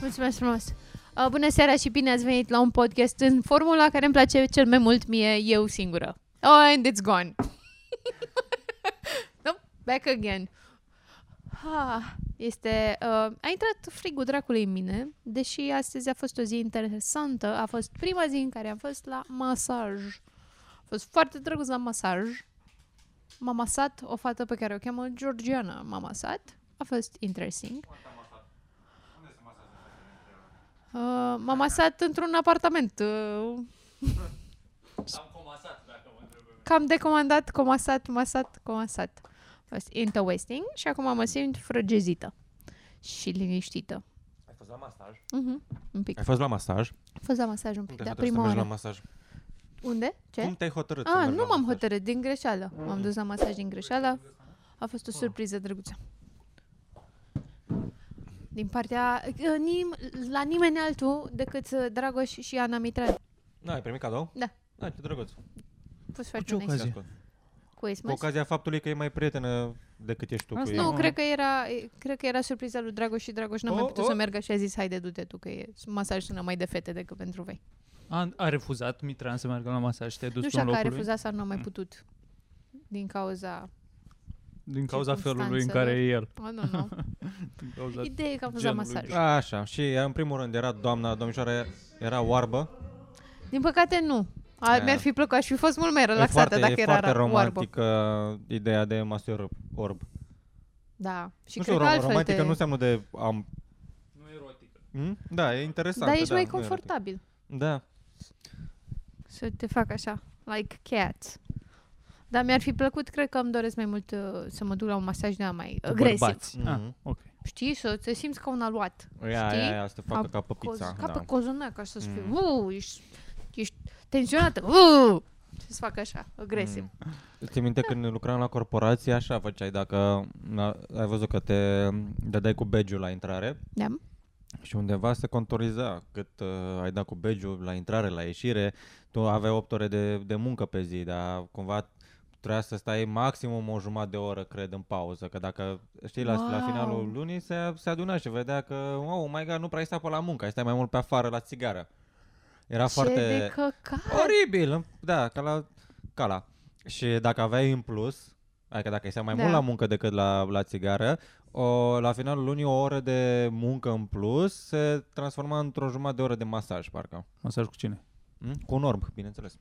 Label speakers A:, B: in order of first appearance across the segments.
A: Mulțumesc frumos! Uh, bună seara și bine ați venit la un podcast în formula care îmi place cel mai mult mie, eu singură. Oh, and it's gone. no, back again. Ha, este... Uh, a intrat frigul dracului în mine, deși astăzi a fost o zi interesantă. A fost prima zi în care am fost la masaj. A fost foarte drăguț la masaj. M-a masat o fată pe care o cheamă Georgiana. M-a masat. A fost interesting. Uh, m-a masat într-un apartament. Uh,
B: Am comasat, dacă mă întrebați.
A: cam de comandat, comasat, masat, comasat. A fost interesting și acum mă simt frăgezită și liniștită.
B: Ai fost la masaj?
A: Uh-huh. Un pic.
B: Ai fost la masaj?
A: A fost la masaj un pic,
B: Cum
A: dar
B: te-ai
A: Da,
B: hotărât să
A: prima
B: mergi la
A: oară.
B: masaj?
A: Unde? Ce?
B: Cum te-ai hotărât să
A: A,
B: mergi
A: nu
B: la
A: m-am
B: masaj?
A: hotărât, din greșeală. M-am dus la masaj din greșeală. A fost o
B: Ah.
A: surpriză drăguță. Din partea... uh, Nim- la nimeni altul decât uh, Dragoș și Ana Mitran.
B: Da, ai primit cadou?
A: Da.
B: Da, ce drăguț.
A: A fost foarte
C: ce
A: nice.
C: ocazie?
B: Zi.
C: Zi.
B: Cu
A: Christmas.
B: ocazia faptului că e mai prietenă decât ești tu cu
A: Asta
B: ei.
A: nu,
C: ei.
A: cred că era, cred că era surpriza lui Dragoș și Dragoș n-a mai
B: O,
A: putut
B: o.
A: să meargă și a zis, haide, du-te tu, că e, masaj sună mai de fete decât pentru voi.
C: A, a refuzat Mitran să meargă la masaj și te-ai dus
A: nu
C: tu
A: știu
C: în
A: dacă a
C: locul lui?
A: refuzat sau nu a mai putut. Din cauza...
C: Din cauza felului în
A: circumstanțelor.
C: care e el.
A: Oh, nu, nu.
C: Din cauza...
A: Ideea e că am fost la
C: Genului
A: masaj.
B: Da.
C: de-
B: Așa, și ea, în primul rând era doamna, domnișoara, era oarbă.
A: Din păcate, nu. A,
B: Da.
A: mi-ar fi plăcut, aș fi fost mult mai
B: e
A: relaxată
B: foarte,
A: dacă
B: e
A: era
B: foarte
A: ra- oarbă.
B: romantică ideea de masor orb.
A: Da. Și
B: nu
A: cred
B: știu,
A: că
B: rom-
A: altfel
B: romantică
A: te...
B: nu înseamnă de... Am...
C: Nu erotică.
B: Hmm? Da, e interesant.
A: Dar ești
B: da,
A: mai
B: nu e erotic.
A: confortabil
B: Da.
A: să te fac așa, like cat. Dar mi-ar fi plăcut, cred că îmi doresc mai mult uh, să mă duc la un masaj de mai agresiv.
C: Bărbați.
B: Mhm.
C: Ah, ok.
A: Știi? Să te simți ca un aluat.
B: Ia,
A: Știi?
B: ia, ia, să te facă
A: A
B: ca pe pizza.
A: Coz, ca
B: da.
A: pe cozonac, așa să fii,
B: Mm.
A: mm. ești, ești tensionată, uuu, și să facă așa, agresiv. Mm.
B: Mm. Ți minte când lucram la corporație, așa făceai dacă na, ai văzut că te dădeai cu badge la intrare
A: Da?
B: și undeva se contoriza cât uh, ai dat cu badge la intrare, la ieșire, tu aveai 8 ore de, de muncă pe zi, dar cumva trebuia să stai maximum o jumătate de oră, cred, în pauză, că dacă, știi, la, la
A: Wow.
B: finalul lunii se, se aduna și vedea că, oh my god, nu prea ai stat pe la muncă, ai stat mai mult pe afară la țigară. Era
A: Ce
B: foarte...
A: de căcat!
B: Oribil, îmi- da, ca la, ca la. Și dacă aveai în plus, adică dacă ai mai
A: Da.
B: da. mult la muncă decât la, la țigară, o, la finalul lunii o oră de muncă în plus se transforma într-o jumătate de oră de masaj, parcă.
C: Masaj cu cine?
B: Mm? Cu un orb, bineînțeles.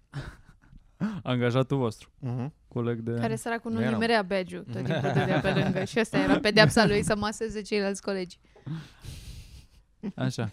C: Angajatul vostru.
A: Mhm.
B: Mm-hmm.
C: Coleg de...
A: Care săracul nu
B: Nu eram. Mm.
A: nimerea badge-ul, tot timpul dădea pe lângă și ăsta era pedeapsa lui să maseze ceilalți colegi.
C: Așa.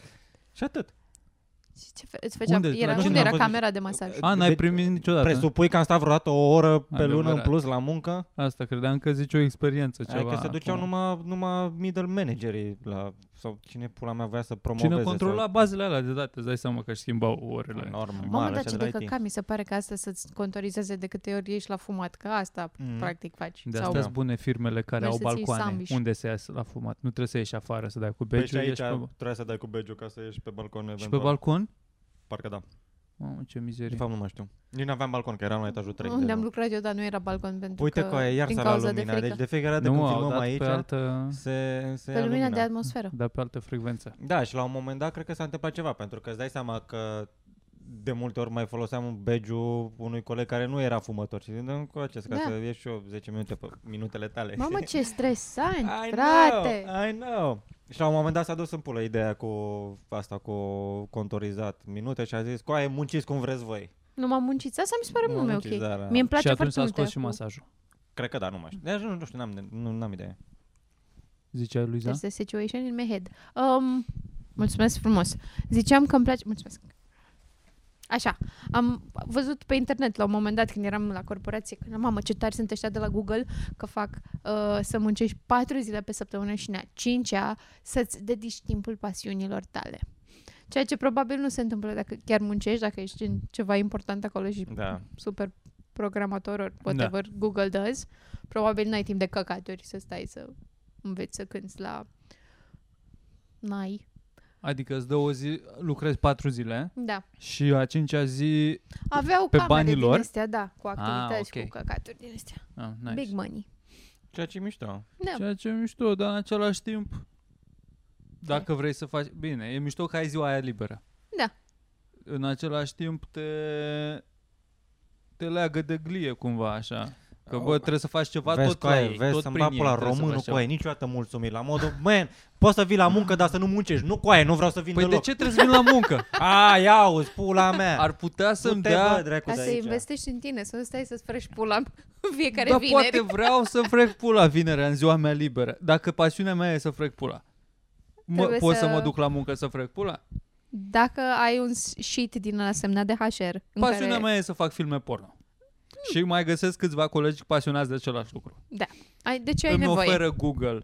B: Și atât.
C: Da,
A: Și ce fe- îți făcea?
C: Unde?
A: Era,
C: La
A: unde,
C: cine
B: am
A: era
B: fost?
A: camera de masaj?
B: Deci-
C: A, n-ai primit niciodată.
B: Presupui că am stat vreodată o oră pe
C: da. Adevărat.
B: lună în plus la muncă?
C: Asta credeam că zici o experiență ceva.
B: Ceva, adică se duceau
C: acum.
B: numai, numai middle managerii la, sau cine pula mea voia să promoveze.
C: Cine controla
B: sau,
C: bazele alea de date, îți dai seama că își schimbau orele.
B: Normal,
A: Mamă,
B: așa
A: dar ce
B: de
A: de
B: la IT.
A: căcat mi se pare că asta să-ți contorizeze de câte ori ești la fumat, că asta
B: Mhm.
A: practic faci.
C: De
A: Sau
C: asta sunt bune firmele care
A: Mergi
C: au
A: să ții
C: balcoane
A: sandwich.
C: unde se iasă la fumat. Nu trebuie să ieși afară să dai cu
B: Păi și
C: beciul,
B: aici
C: ești pe...
B: trebuie să dai cu badge ca să ieși pe balcon
C: Și
B: eventual.
C: pe balcon?
B: Parcă da.
C: Mamă, ce
B: De
C: mizerie.
B: fapt nu mai știu. Nici n-aveam balcon, că eram la etajul 3.
A: unde am lucrat eu, dar nu era balcon pentru
B: Uite
A: că,
B: că iar
A: din
B: s-a la
A: cauza de
B: lumina.
A: frică.
B: deci de fiecare dată
C: nu,
B: când
C: au
B: filmăm
C: dat
B: aici,
C: pe altă,
B: se, se
A: Pe
B: ia
A: lumina de
B: lumina.
A: atmosferă.
C: da, pe altă frecvență.
B: Da, și la un moment dat cred că s-a întâmplat ceva, pentru că îți dai seama că de multe ori mai foloseam un badge unui coleg care nu era fumător și ziceam cu acest, ca
A: Da.
B: să ieși și eu 10 minute pe minutele tale.
A: Mamă, ce stresant,
B: I
A: frate!
B: Know, I know. Și la un moment dat s-a dus în pulă ideea cu asta, cu contorizat minute și a zis, coaie, munciți cum vreți voi.
A: Nu m-am muncit, asta mi se pare mult mai
B: Munciți,
A: ok.
B: da, da.
A: Mie îmi place
C: și atunci
A: foarte
C: s-a
A: mult.
C: scos și
A: aia cu-
C: masajul.
B: Cred că da, nu mai știu. Deci, nu, nu știu, n-am, nu, n-am idee.
C: Zicea lui Luiza?
A: There's a situation in my head. Um, mulțumesc frumos. Ziceam că îmi place... Mulțumesc. Așa, am văzut pe internet la un moment dat când eram la corporație, că mamă ce tari sunt ăștia de la Google că fac uh, să muncești patru zile pe săptămână și în a cincea să-ți dedici timpul pasiunilor tale. Ceea ce probabil nu se întâmplă dacă chiar muncești, dacă ești în ceva important acolo și
B: Da.
A: super programator or whatever da. Google does, probabil n-ai timp de căcaturi să stai să înveți să cânti la... N-ai.
C: Adică îți dă o zi, lucrezi patru zile
A: Da.
C: și a cincea zi...
A: Aveau
C: Pe
A: camere
C: banii
A: din
C: lor? Ah,
A: astea, da, cu activități,
C: ok.
A: cu căcaturi din astea.
C: Ah, nice.
A: Nice. Big money.
B: Ceea ce e mișto.
A: Da.
C: Ceea ce e mișto, dar în același timp Dacă vrei să faci... Bine, e mișto că ai ziua aia liberă.
A: Da.
C: În același timp te... Te leagă de glie cumva așa. Că bă, trebuie să faci ceva
B: vezi,
C: tot
B: cu
C: la
B: aia,
C: ei,
B: vezi,
C: tot
B: să-mi
C: prin
B: bag
C: ei
B: pula
C: trebuie să
B: românul
C: faci
B: cu
C: ceva.
B: aia, niciodată mulțumit, la modul, man, poți să vii la muncă, dar să nu muncești, nu cu aia, nu vreau să vin
C: Păi de
B: deloc.
C: ce trebuie să vin la muncă?
B: A, ia uzi, pula mea.
C: Ar putea să-mi
B: Du-te,
C: dea...
B: bă, dracu,
A: Ca
B: de
A: să
B: aici.
A: investești în tine, să nu stai să-ți frăși pula în fiecare
C: Dar
A: vineri.
C: Da, poate vreau să frec pula vinerea în ziua mea liberă. Dacă pasiunea mea e să frec pula. Mă,
A: Trebuie
C: pot să...
A: să
C: mă duc la muncă să frec pula?
A: Dacă ai un sheet din ăla semnat de HR, în
C: Pasiunea
A: care
C: mea e să fac filme porno. Și mai găsesc câțiva colegi pasionați de același lucru.
A: ai, de ce ai
C: Îmi
A: nevoie?
C: oferă Google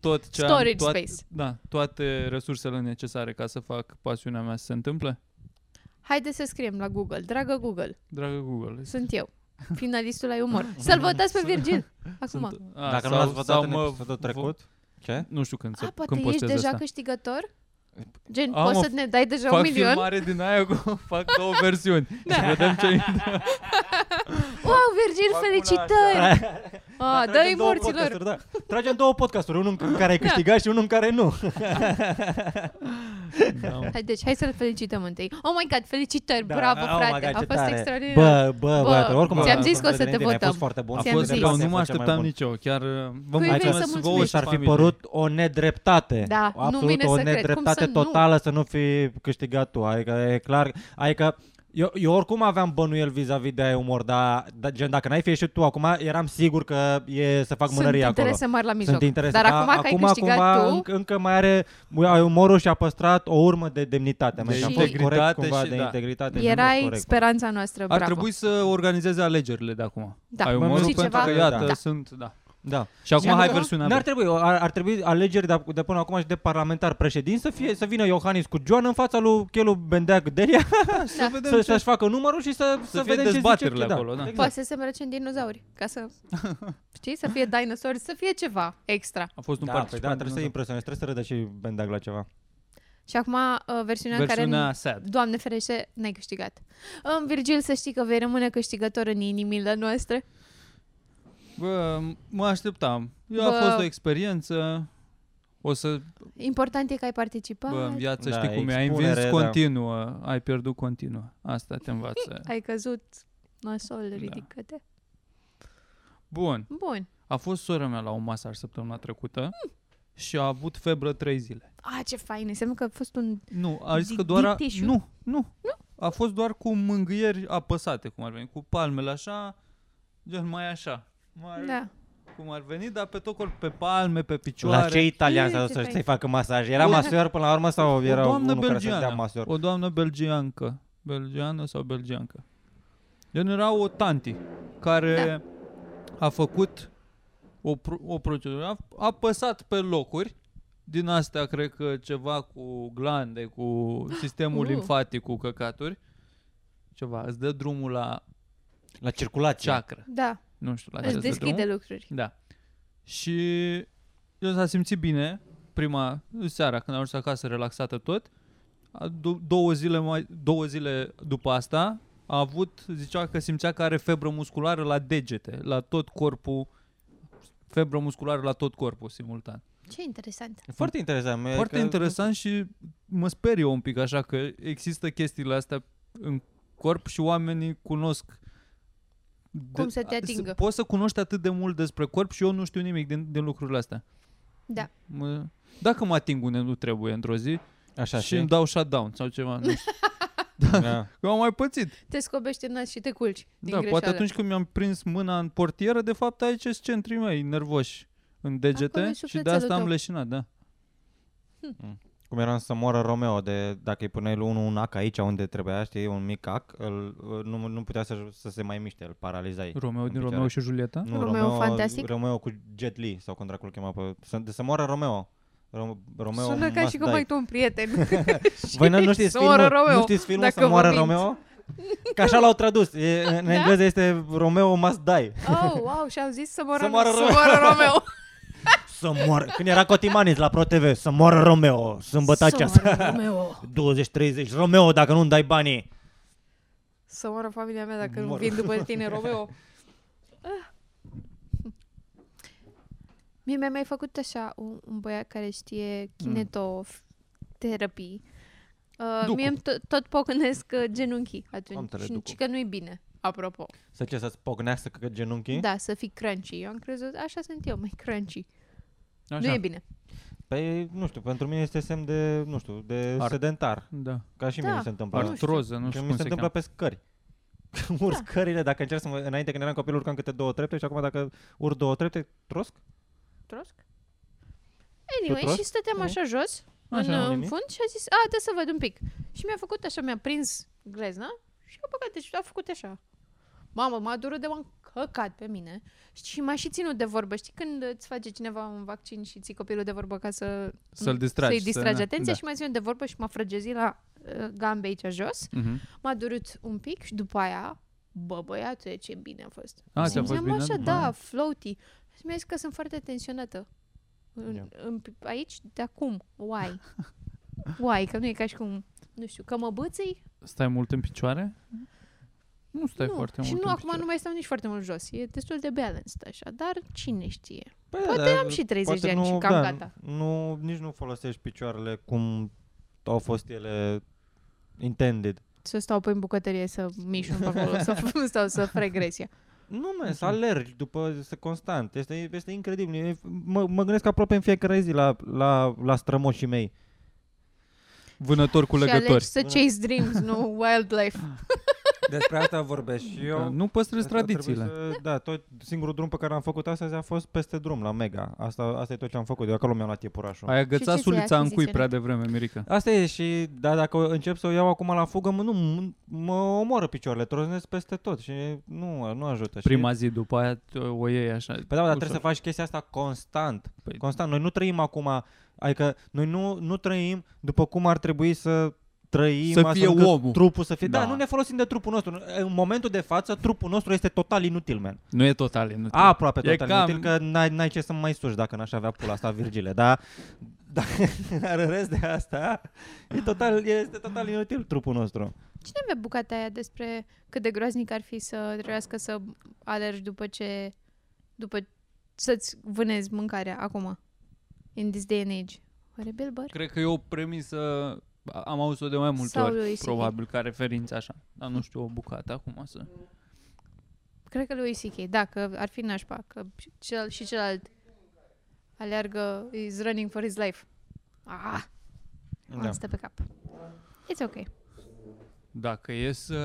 C: tot ce
A: Storage
C: am, toate,
A: space.
C: Da, toate resursele necesare ca să fac pasiunea mea să se întâmple.
A: Haide să scriem la Google. Dragă Google,
C: Dragă Google.
A: sunt eu. Finalistul la umor. Să-l votați pe Virgil. Acum.
C: a,
B: Dacă nu
C: sau-
B: l-ați votat
C: sau
B: în
C: mă
B: episodul
C: vo-
B: trecut, ce?
C: Nu știu când,
A: A,
C: să,
A: poate
C: când
A: ești
C: postez
A: deja
C: asta.
A: câștigător?
B: Păi,
A: Gen,
C: Am
A: poți
C: o-
A: să ne dai deja un
C: fac
A: milion? Da.
C: filmare din aia cu... Fac două versiuni. Și vedem ce...
A: Wow, Virgil,
B: Fac una
A: felicitări!
B: Da,
A: Ah,
B: tragem
A: dă-i
B: două
A: morților!
B: podcasturi, Da. Tragem două podcasturi, unul în care ai câștigat și unul în care nu.
C: Da, mă.
A: Hai, deci, hai să-l felicităm întâi. Oh my god, felicitări,
B: Da,
A: bravo,
B: oh my
A: frate,
B: God,
A: a
B: ce
A: fost
B: tare.
A: extraordinar.
B: Bă, bă,
A: Bă,
B: bă, oricum
A: ți-am
B: am
A: zis
B: fost
A: că o să te
B: revenit, ai
A: votăm.
B: fost foarte bun.
C: A
A: Ți-am
C: fost,
A: zis.
C: bă, nu mă așteptam nicio, chiar uh, vă
A: Cui
B: Adică
A: vrei să
B: să
C: mulțumesc vouă
A: mulțumim?
C: și
B: și ar fi
C: familiei.
B: părut o nedreptate.
A: Da, nu
B: absolut
A: vine
B: o
A: să cred. Cum
B: nedreptate
A: să nu?
B: totală să nu fi câștigat tu. Adică e clar, adică eu, eu oricum aveam bănuiel vis-a-vis de umor, dar da, gen, dacă n-ai fi ieșit tu acum, eram sigur că e să fac
A: Sunt
B: mărărie acolo.
A: interese mari la mijloc.
B: Sunt interese.
A: Dar
B: Da,
A: acum că ai
B: acum
A: câștigat
B: cumva
A: tu,
B: încă, încă mai are ai umorul și a păstrat o urmă de demnitate. mă,
C: De
B: și a fost
C: integritate
B: corect cumva
C: și-
B: de
C: da.
B: integritate. și a fost
A: erai
B: corect.
A: speranța noastră,
C: Ar
A: bravo.
C: trebui să organizeze alegerile de acum.
A: Da.
C: Ai
A: Mă
C: umorul
A: și
C: pentru
A: ceva-
C: că, iată,
B: Da.
C: sunt... Da.
B: Da.
C: Și acum
A: Și
C: hai
A: acum-
C: versiunea
B: N-ar
C: B.
B: trebui, ar, ar trebui alegeri de, de până acum și de parlamentar președin să, fie, să vină Iohannis cu Joan în fața lui Chelu Bendeac Deria
C: Să vedem
B: să,
C: ce...
B: să-și facă numărul și să, să,
C: fie
B: vedem ce zice.
C: dezbaterile
B: da.
C: acolo, da.
A: Poate să se îmbrace în dinozauri, ca să, știi, să fie dinosauri, să fie ceva extra.
C: A fost un
B: Da, păi da,
C: participant.
B: trebuie să-i impresionezi, trebuie să râdă și Bendeac la ceva.
A: Și acum uh, versiunea, în
C: Versiunea
A: care,
C: sad.
A: Doamne ferește, n-ai câștigat. Um, Virgil, să știi că vei rămâne câștigător în inimile noastre.
C: Bă, mă așteptam. Eu
A: Bă.
C: a fost o experiență. O să,
A: Important e că ai participat.
C: bă, în viață
B: Da,
C: știi cum e, ai
B: expunere,
C: învins
B: da.
C: continuă, ai pierdut continuă. Asta te învață.
A: Ai căzut nasol,
B: Da.
A: ridică-te.
C: Bun,
A: Bun.
C: a fost sora mea la un masaj săptămâna trecută
A: Mm.
C: și a avut febră trei zile.
A: A, ce fain, înseamnă că a fost un...
C: Nu, a zis
A: Di-
C: că doar... A...
A: dictișul?
C: Nu, nu, nu. A fost doar cu mângâieri apăsate, cum ar veni, cu palmele așa, gen mai așa. Mai
A: Da.
C: Cum ar veni, dar pe tot corpul, pe palme, pe picioare.
B: La ce italian
A: Ii,
B: s-a dus
A: ce
B: să-
A: fain.
B: să-i facă masaj? Era
C: O-
B: masor până la urmă sau era
C: o doamnă
B: unul care să-i dea
C: belgiană.
B: masor?
C: O doamnă belgiancă. Belgiană sau belgiancă. Gen era o tanti care
A: Da.
C: a făcut o, pro- o procedură, a, a păsat pe locuri din astea, cred că ceva cu glande, cu sistemul
A: Uh.
C: limfatic, cu căcaturi. Ceva, îți dă drumul la
B: La circulație.
C: chakra.
A: Da,
C: Nu știu la ce
A: îți
C: îți dă
A: deschide
C: drumul.
A: lucruri.
C: Da. Și el s-a simțit bine prima seara când a ajuns acasă relaxată tot. A dou- două, zile mai, două zile după asta a avut, zicea că simțea că are febră musculară la degete, la tot corpul, febră musculară la tot corpul simultan.
A: Ce interesant.
B: E Foarte interesant. e
C: Foarte
B: că-
C: interesant și mă sperie un pic așa că există chestiile astea în corp și oamenii cunosc
A: Cum să te
C: a-
A: atingă.
C: Poți să cunoști atât de mult despre corp și eu nu știu nimic din, din lucrurile astea.
A: Da.
C: Mă, dacă mă ating unde nu trebuie într-o zi
B: Așa
C: și
B: și...
C: îmi dau shutdown sau ceva, nu știu.
B: Da.
C: Că am mai pățit.
A: Te scobești în nas și te culci din
C: da,
A: greșeală.
C: poate atunci când mi-am prins mâna în portieră, de fapt aici sunt centrii mei nervoși în
A: Acolo e
C: degete și de
A: sufletelul
C: asta am
A: tău.
C: leșinat, da.
B: Cum era în să moară Romeo, de, dacă îi puneai lui unul un ac aici unde trebuia, știi, un mic ac, îl, nu, nu putea să, să se mai miște, îl paralizai.
C: Romeo din
B: picioare.
C: Romeo și Julieta.
B: Nu,
A: Romeo
B: Romeo, Romeo
A: Fantastic?
B: Romeo cu Jet Li sau cum dracu îl chema pe... Să, de să moară Romeo. Rom, Romeo
A: Sună ca
B: must
A: și cum
B: die.
A: ai tu un prieten.
B: Voi nu, nu știți
A: Să moară
B: filmul,
A: Romeo,
B: nu știți filmul
A: dacă
B: să
A: vă
B: moară
A: mint.
B: Romeo? Că așa l-au tradus. E, în
A: Da?
B: engleză este Romeo must die.
A: oh, wow, și-au zis să moară,
B: Să moară
A: să
B: Romeo.
A: moară Romeo.
B: Să moară. Când era Cotimanis la ProTV, să moară Romeo, sâmbătă
A: Să
B: aceasta.
A: moară Romeo.
B: 20-30, Romeo, dacă nu-mi dai banii.
A: Să moară familia mea dacă nu
B: Mor.
A: vin după tine, Romeo. Ah. Mie mi-a mai făcut așa un, un băiat care știe kinetoterapii. Uh,
C: Mm. Ducu.
A: mie îmi tot, tot pocănesc uh, genunchii
B: Am
A: atunci.
B: tare
A: Și
B: ducu.
A: nici că nu-i bine, apropo.
B: Să ce, să-ți pocnească că genunchii?
A: Da, să fii crunchy. Eu am crezut, așa sunt eu, mai crunchy.
C: Așa.
A: Nu e bine.
B: Păi, nu știu, pentru mine este semn de, nu știu, de
C: Ar-
B: sedentar.
C: Da.
B: Ca și
A: Da.
B: mie mi se întâmplă. asta.
C: Artroză, nu
B: Că
C: știu
B: mi
C: cum
B: se
C: se
B: întâmplă
C: cheamă.
B: pe scări. Urs
A: Da.
B: scările, dacă încerc să mă, înainte când eram copil urcam câte două trepte și acum dacă ur două trepte, trosc?
A: Trosc? Anyway,
B: trosc?
A: și stăteam
B: Nu.
A: așa jos,
C: Așa,
A: așa, în
B: nimic.
A: nimic. fund, și a zis, a, da să văd un pic. Și mi-a făcut așa, mi-a prins glezna și a băgat, deci a făcut așa. Mamă, m-a durut de m-am căcat pe mine. Și m-a și ținut de vorbă. Știi când îți face cineva un vaccin și ții copilul de vorbă ca să
C: Să-l distragi.
A: Mm. să-i distragi atenția
C: da.
A: și m-a ținut de vorbă și m-a frăgezit la uh, gambe aici jos.
C: Uh-huh.
A: M-a durut un pic și după aia, bă, băiatule, ce bine a fost.
C: A, ți-a Ah, fost
A: Simțeam
C: bine?
A: așa,
C: după
A: da,
C: aia?
A: floaty. Și mi-a zis că sunt foarte tensionată. În,
B: Ia.
A: în, aici, de acum. Why? Why? Că nu e ca și cum, nu știu, că mă băței?
C: Stai mult în picioare? Nu stai
A: nu.
C: foarte
A: și
C: mult
A: nu,
C: în
A: acum
C: picioare.
A: nu mai stau nici foarte mult jos. E destul de balanced așa, dar cine știe?
B: Păi,
A: Poate
B: da,
A: am și 30 de
B: poate
A: ani și
B: nu-
A: cam
B: da,
A: gata.
B: Nu, nici nu folosești picioarele cum au fost ele intended.
A: Să stau pe în bucătărie să mișu pe acolo, să stau să fac regresia.
B: Nu, mă, să alergi după, să constant. Este, este incredibil. E- Mă, mă gândesc aproape în fiecare zi la, la, la strămoșii mei.
C: Vânători cu
A: Și alegi
C: legători.
A: să chase dreams, nu wildlife.
B: Despre asta vorbesc și
C: Da, Nu păstrezi
B: Asta a trebuit
C: tradițiile.
B: Să, da, tot singurul drum pe care l-am făcut astăzi a fost peste drum, la Mega. Asta, asta e tot ce am făcut. Eu acolo mi-am luat iepurașul.
C: Ai
A: ți-ai
C: agățat sulița în cui
A: achiziționat?
C: prea devreme, Mirica.
B: Asta e și, da, dacă încep să o iau acum la fugă, mă, nu, m- mă omoră picioarele, troznesc peste tot și nu, nu ajută.
C: Prima
B: și,
C: zi, după aia t- o iei așa.
B: Păi da, dar
C: ușor.
B: trebuie să faci chestia asta constant.
C: Păi-
B: Constant. Noi nu trăim acum, adică noi nu, nu trăim după cum ar trebui să trăim.
C: Să
B: astfel
C: fie
B: încât
C: omul.
B: Trupul să fie. Da.
C: Da.
B: nu ne folosim de trupul nostru. În momentul de față, trupul nostru este total inutil, man.
C: Nu e total inutil.
B: A, aproape
C: E
B: total
C: cam-
B: inutil, că n-ai, n-ai ce să mă mai suși dacă n-aș avea pula asta, Virgile, da? Dar dar în rest de asta, e total, este total inutil trupul nostru.
A: Cine avea bucata aia despre cât de groaznic ar fi să trebuiască să alergi după ce... după să-ți vânezi mâncarea acum? In this day and age. Oare Bill Burr?
C: Cred că e o premisă, am auzit-o de mai multe
A: Sau
C: ori,
A: lui C.K.
C: probabil, ca referință așa. Dar nu știu o bucată acum să...
A: Cred că lui C.K. Da, că ar fi nașpa, că și cel, și celălalt aleargă, is running for his life. Ah, da.
B: Da.
A: stă pe cap. It's ok.
C: Dacă e să...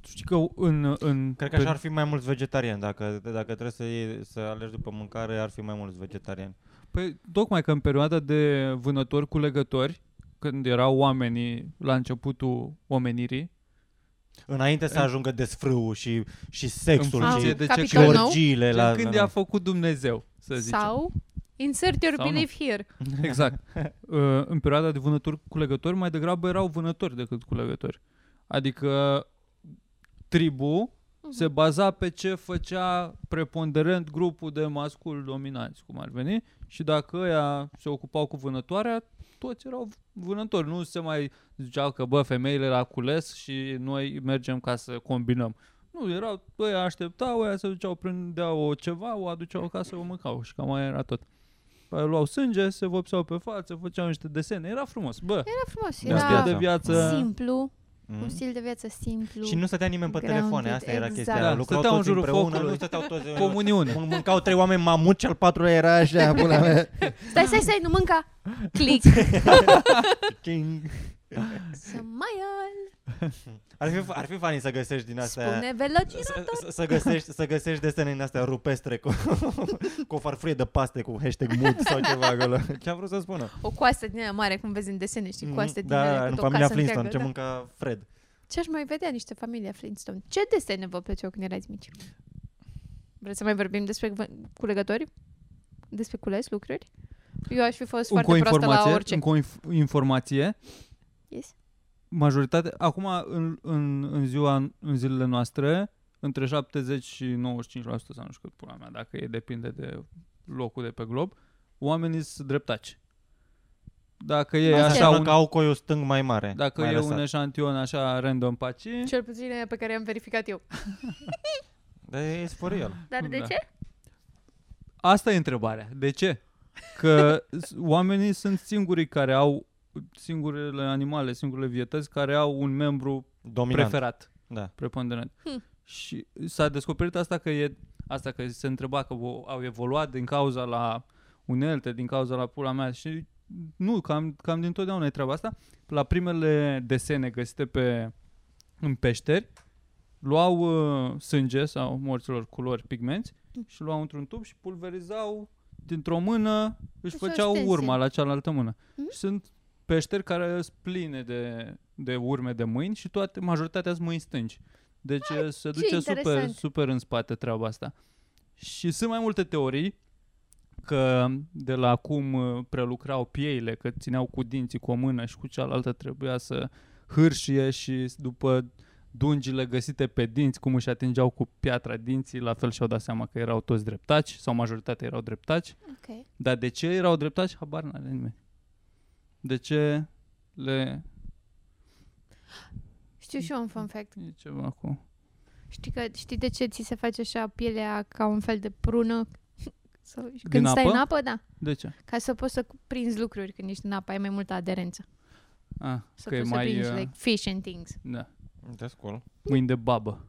C: Tu știi că în... în
B: Cred că așa ar fi mai mulți vegetariani. Dacă, dacă trebuie să, iei- să alergi după mâncare, ar fi mai mulți vegetariani.
C: Păi, tocmai că în perioada de vânători cu legători, când erau oamenii la începutul omenirii,
B: Înainte să ajungă desfrâul și, și sexul
A: Am
C: funcție
B: și,
C: de ce
A: capitol
B: și
A: nou.
B: orgiile. La,
C: când i-a făcut Dumnezeu, să zicem.
A: Sau, insert your
C: Sau nu.
A: belief here.
C: Exact. Uh, în perioada de vânători cu legători, mai degrabă erau vânători decât cu legători. Adică tribul se baza pe ce făcea preponderent grupul de masculi dominanți, cum ar veni, și dacă ăia se ocupau cu vânătoarea, toți erau vânători. Nu se mai ziceau că, bă, femeile la cules și noi mergem ca să combinăm. Nu, erau, ăia așteptau, ăia se duceau, prindeau o ceva, o aduceau acasă, o mâncau și cam aia era tot. Păi luau sânge, se vopseau pe față, făceau niște desene, era frumos, bă.
A: Era frumos,
B: Da.
C: un stil de
A: era
C: viață...
A: simplu, un
B: Mm.
A: stil de viață simplu.
B: Și nu stătea nimeni pe
A: Grounded,
B: telefoane, asta era
A: exact.
B: chestia.
C: Da,
B: Lucrau
C: stăteau în
B: toți
C: jurul
B: împreună,
C: focului.
B: nu stăteau toți...
C: Comuniune.
B: Mân- Mâncau trei oameni mamut, cel patrulea era așa, pula mea.
A: Stai, stai, stai, nu mânca! Click!
B: Ching.
A: Să mai ai!
B: Ar fi, ar fi funny Da, să găsești din astea...
A: Spune velociraptor!
B: să, să- să, găsești, să găsești desene din astea rupestre cu, cu o farfurie de paste cu hashtag mood sau ceva acolo. Ce a vrut să spună?
A: O coastă din aia mare, cum vezi în desene, știi, coaste din
B: da,
A: alea
B: în
A: cu o
B: familia
A: casă
B: Flintstone,
A: întreagă,
B: ce
A: da.
B: mânca Fred.
A: Ce aș mai vedea niște familia Flintstone? Ce desene vă plăceau când erați mici? Vreți să mai vorbim despre vă- culegători? Despre cules lucruri? Eu aș fi fost
C: Încă o
A: foarte proastă la
C: informație,
A: orice.
C: încă o inf- informație,
A: Yes?
C: majoritatea, acum în, în, în, ziua, în zilele noastre, între 70 și 95% sau nu știu cât pula mea, dacă e depinde de locul de pe glob, oamenii sunt dreptaci. Dacă e
A: Asta
C: așa
B: Înseamnă
C: Da, un,
B: că au coiul stâng mai mare.
C: dacă
B: mai
C: e
B: lăsat.
C: un eșantion așa random paci,
A: Cel puțin aia pe care am verificat eu.
B: Dar e sporial.
A: Dar de
C: Da.
A: ce?
C: Asta e întrebarea. De ce? Că s- oamenii sunt singurii care au singurele animale, singurele vietăți care au un membru
B: Dominant.
C: preferat,
B: Da.
C: preponderent.
A: Hm.
C: Și s-a descoperit asta că e asta că se întreba că vo- au evoluat din cauza la unelte, din cauza la pula mea și nu, cam, cam din totdeauna e treaba asta. La primele desene găsite pe în peșteri, luau uh, sânge sau morților culori pigmenți
A: Hm.
C: și luau într-un tub și pulverizau dintr-o mână, își
A: Așa,
C: făceau
A: extensie.
C: urma la cealaltă mână.
A: Mhm.
C: Și sunt peșteri care sunt pline de, de urme de mâini și toate, majoritatea sunt mâini stângi. Deci eh, se duce super,
A: interesant.
C: super în spate treaba asta. Și sunt mai multe teorii că de la cum eh, prelucrau pieile, că țineau cu dinții, cu o mână și cu cealaltă trebuia să hârșie și s- după dungile găsite pe dinți, cum își atingeau cu piatra dinții, la fel și-au dat seama că erau toți dreptaci sau majoritatea erau dreptaci.
A: Ok.
C: Dar de ce erau dreptaci? Habar n-are nimeni. De ce le...
A: Știu și eu un fun fact.
C: E ceva cu...
A: Știi, că, știi de ce ți se face așa pielea ca un fel de prună? Sau, când
C: Din
A: stai în
C: apă?
A: apă, da.
C: De ce?
A: Ca să poți să prinzi lucruri când ești în apă, ai mai multă aderență.
C: Ah,
A: Să
C: că e
A: poți să
C: mai...
A: prinzi,
C: uh,
A: like, fish and things.
C: Da.
B: That's cool.
C: Mâini de babă.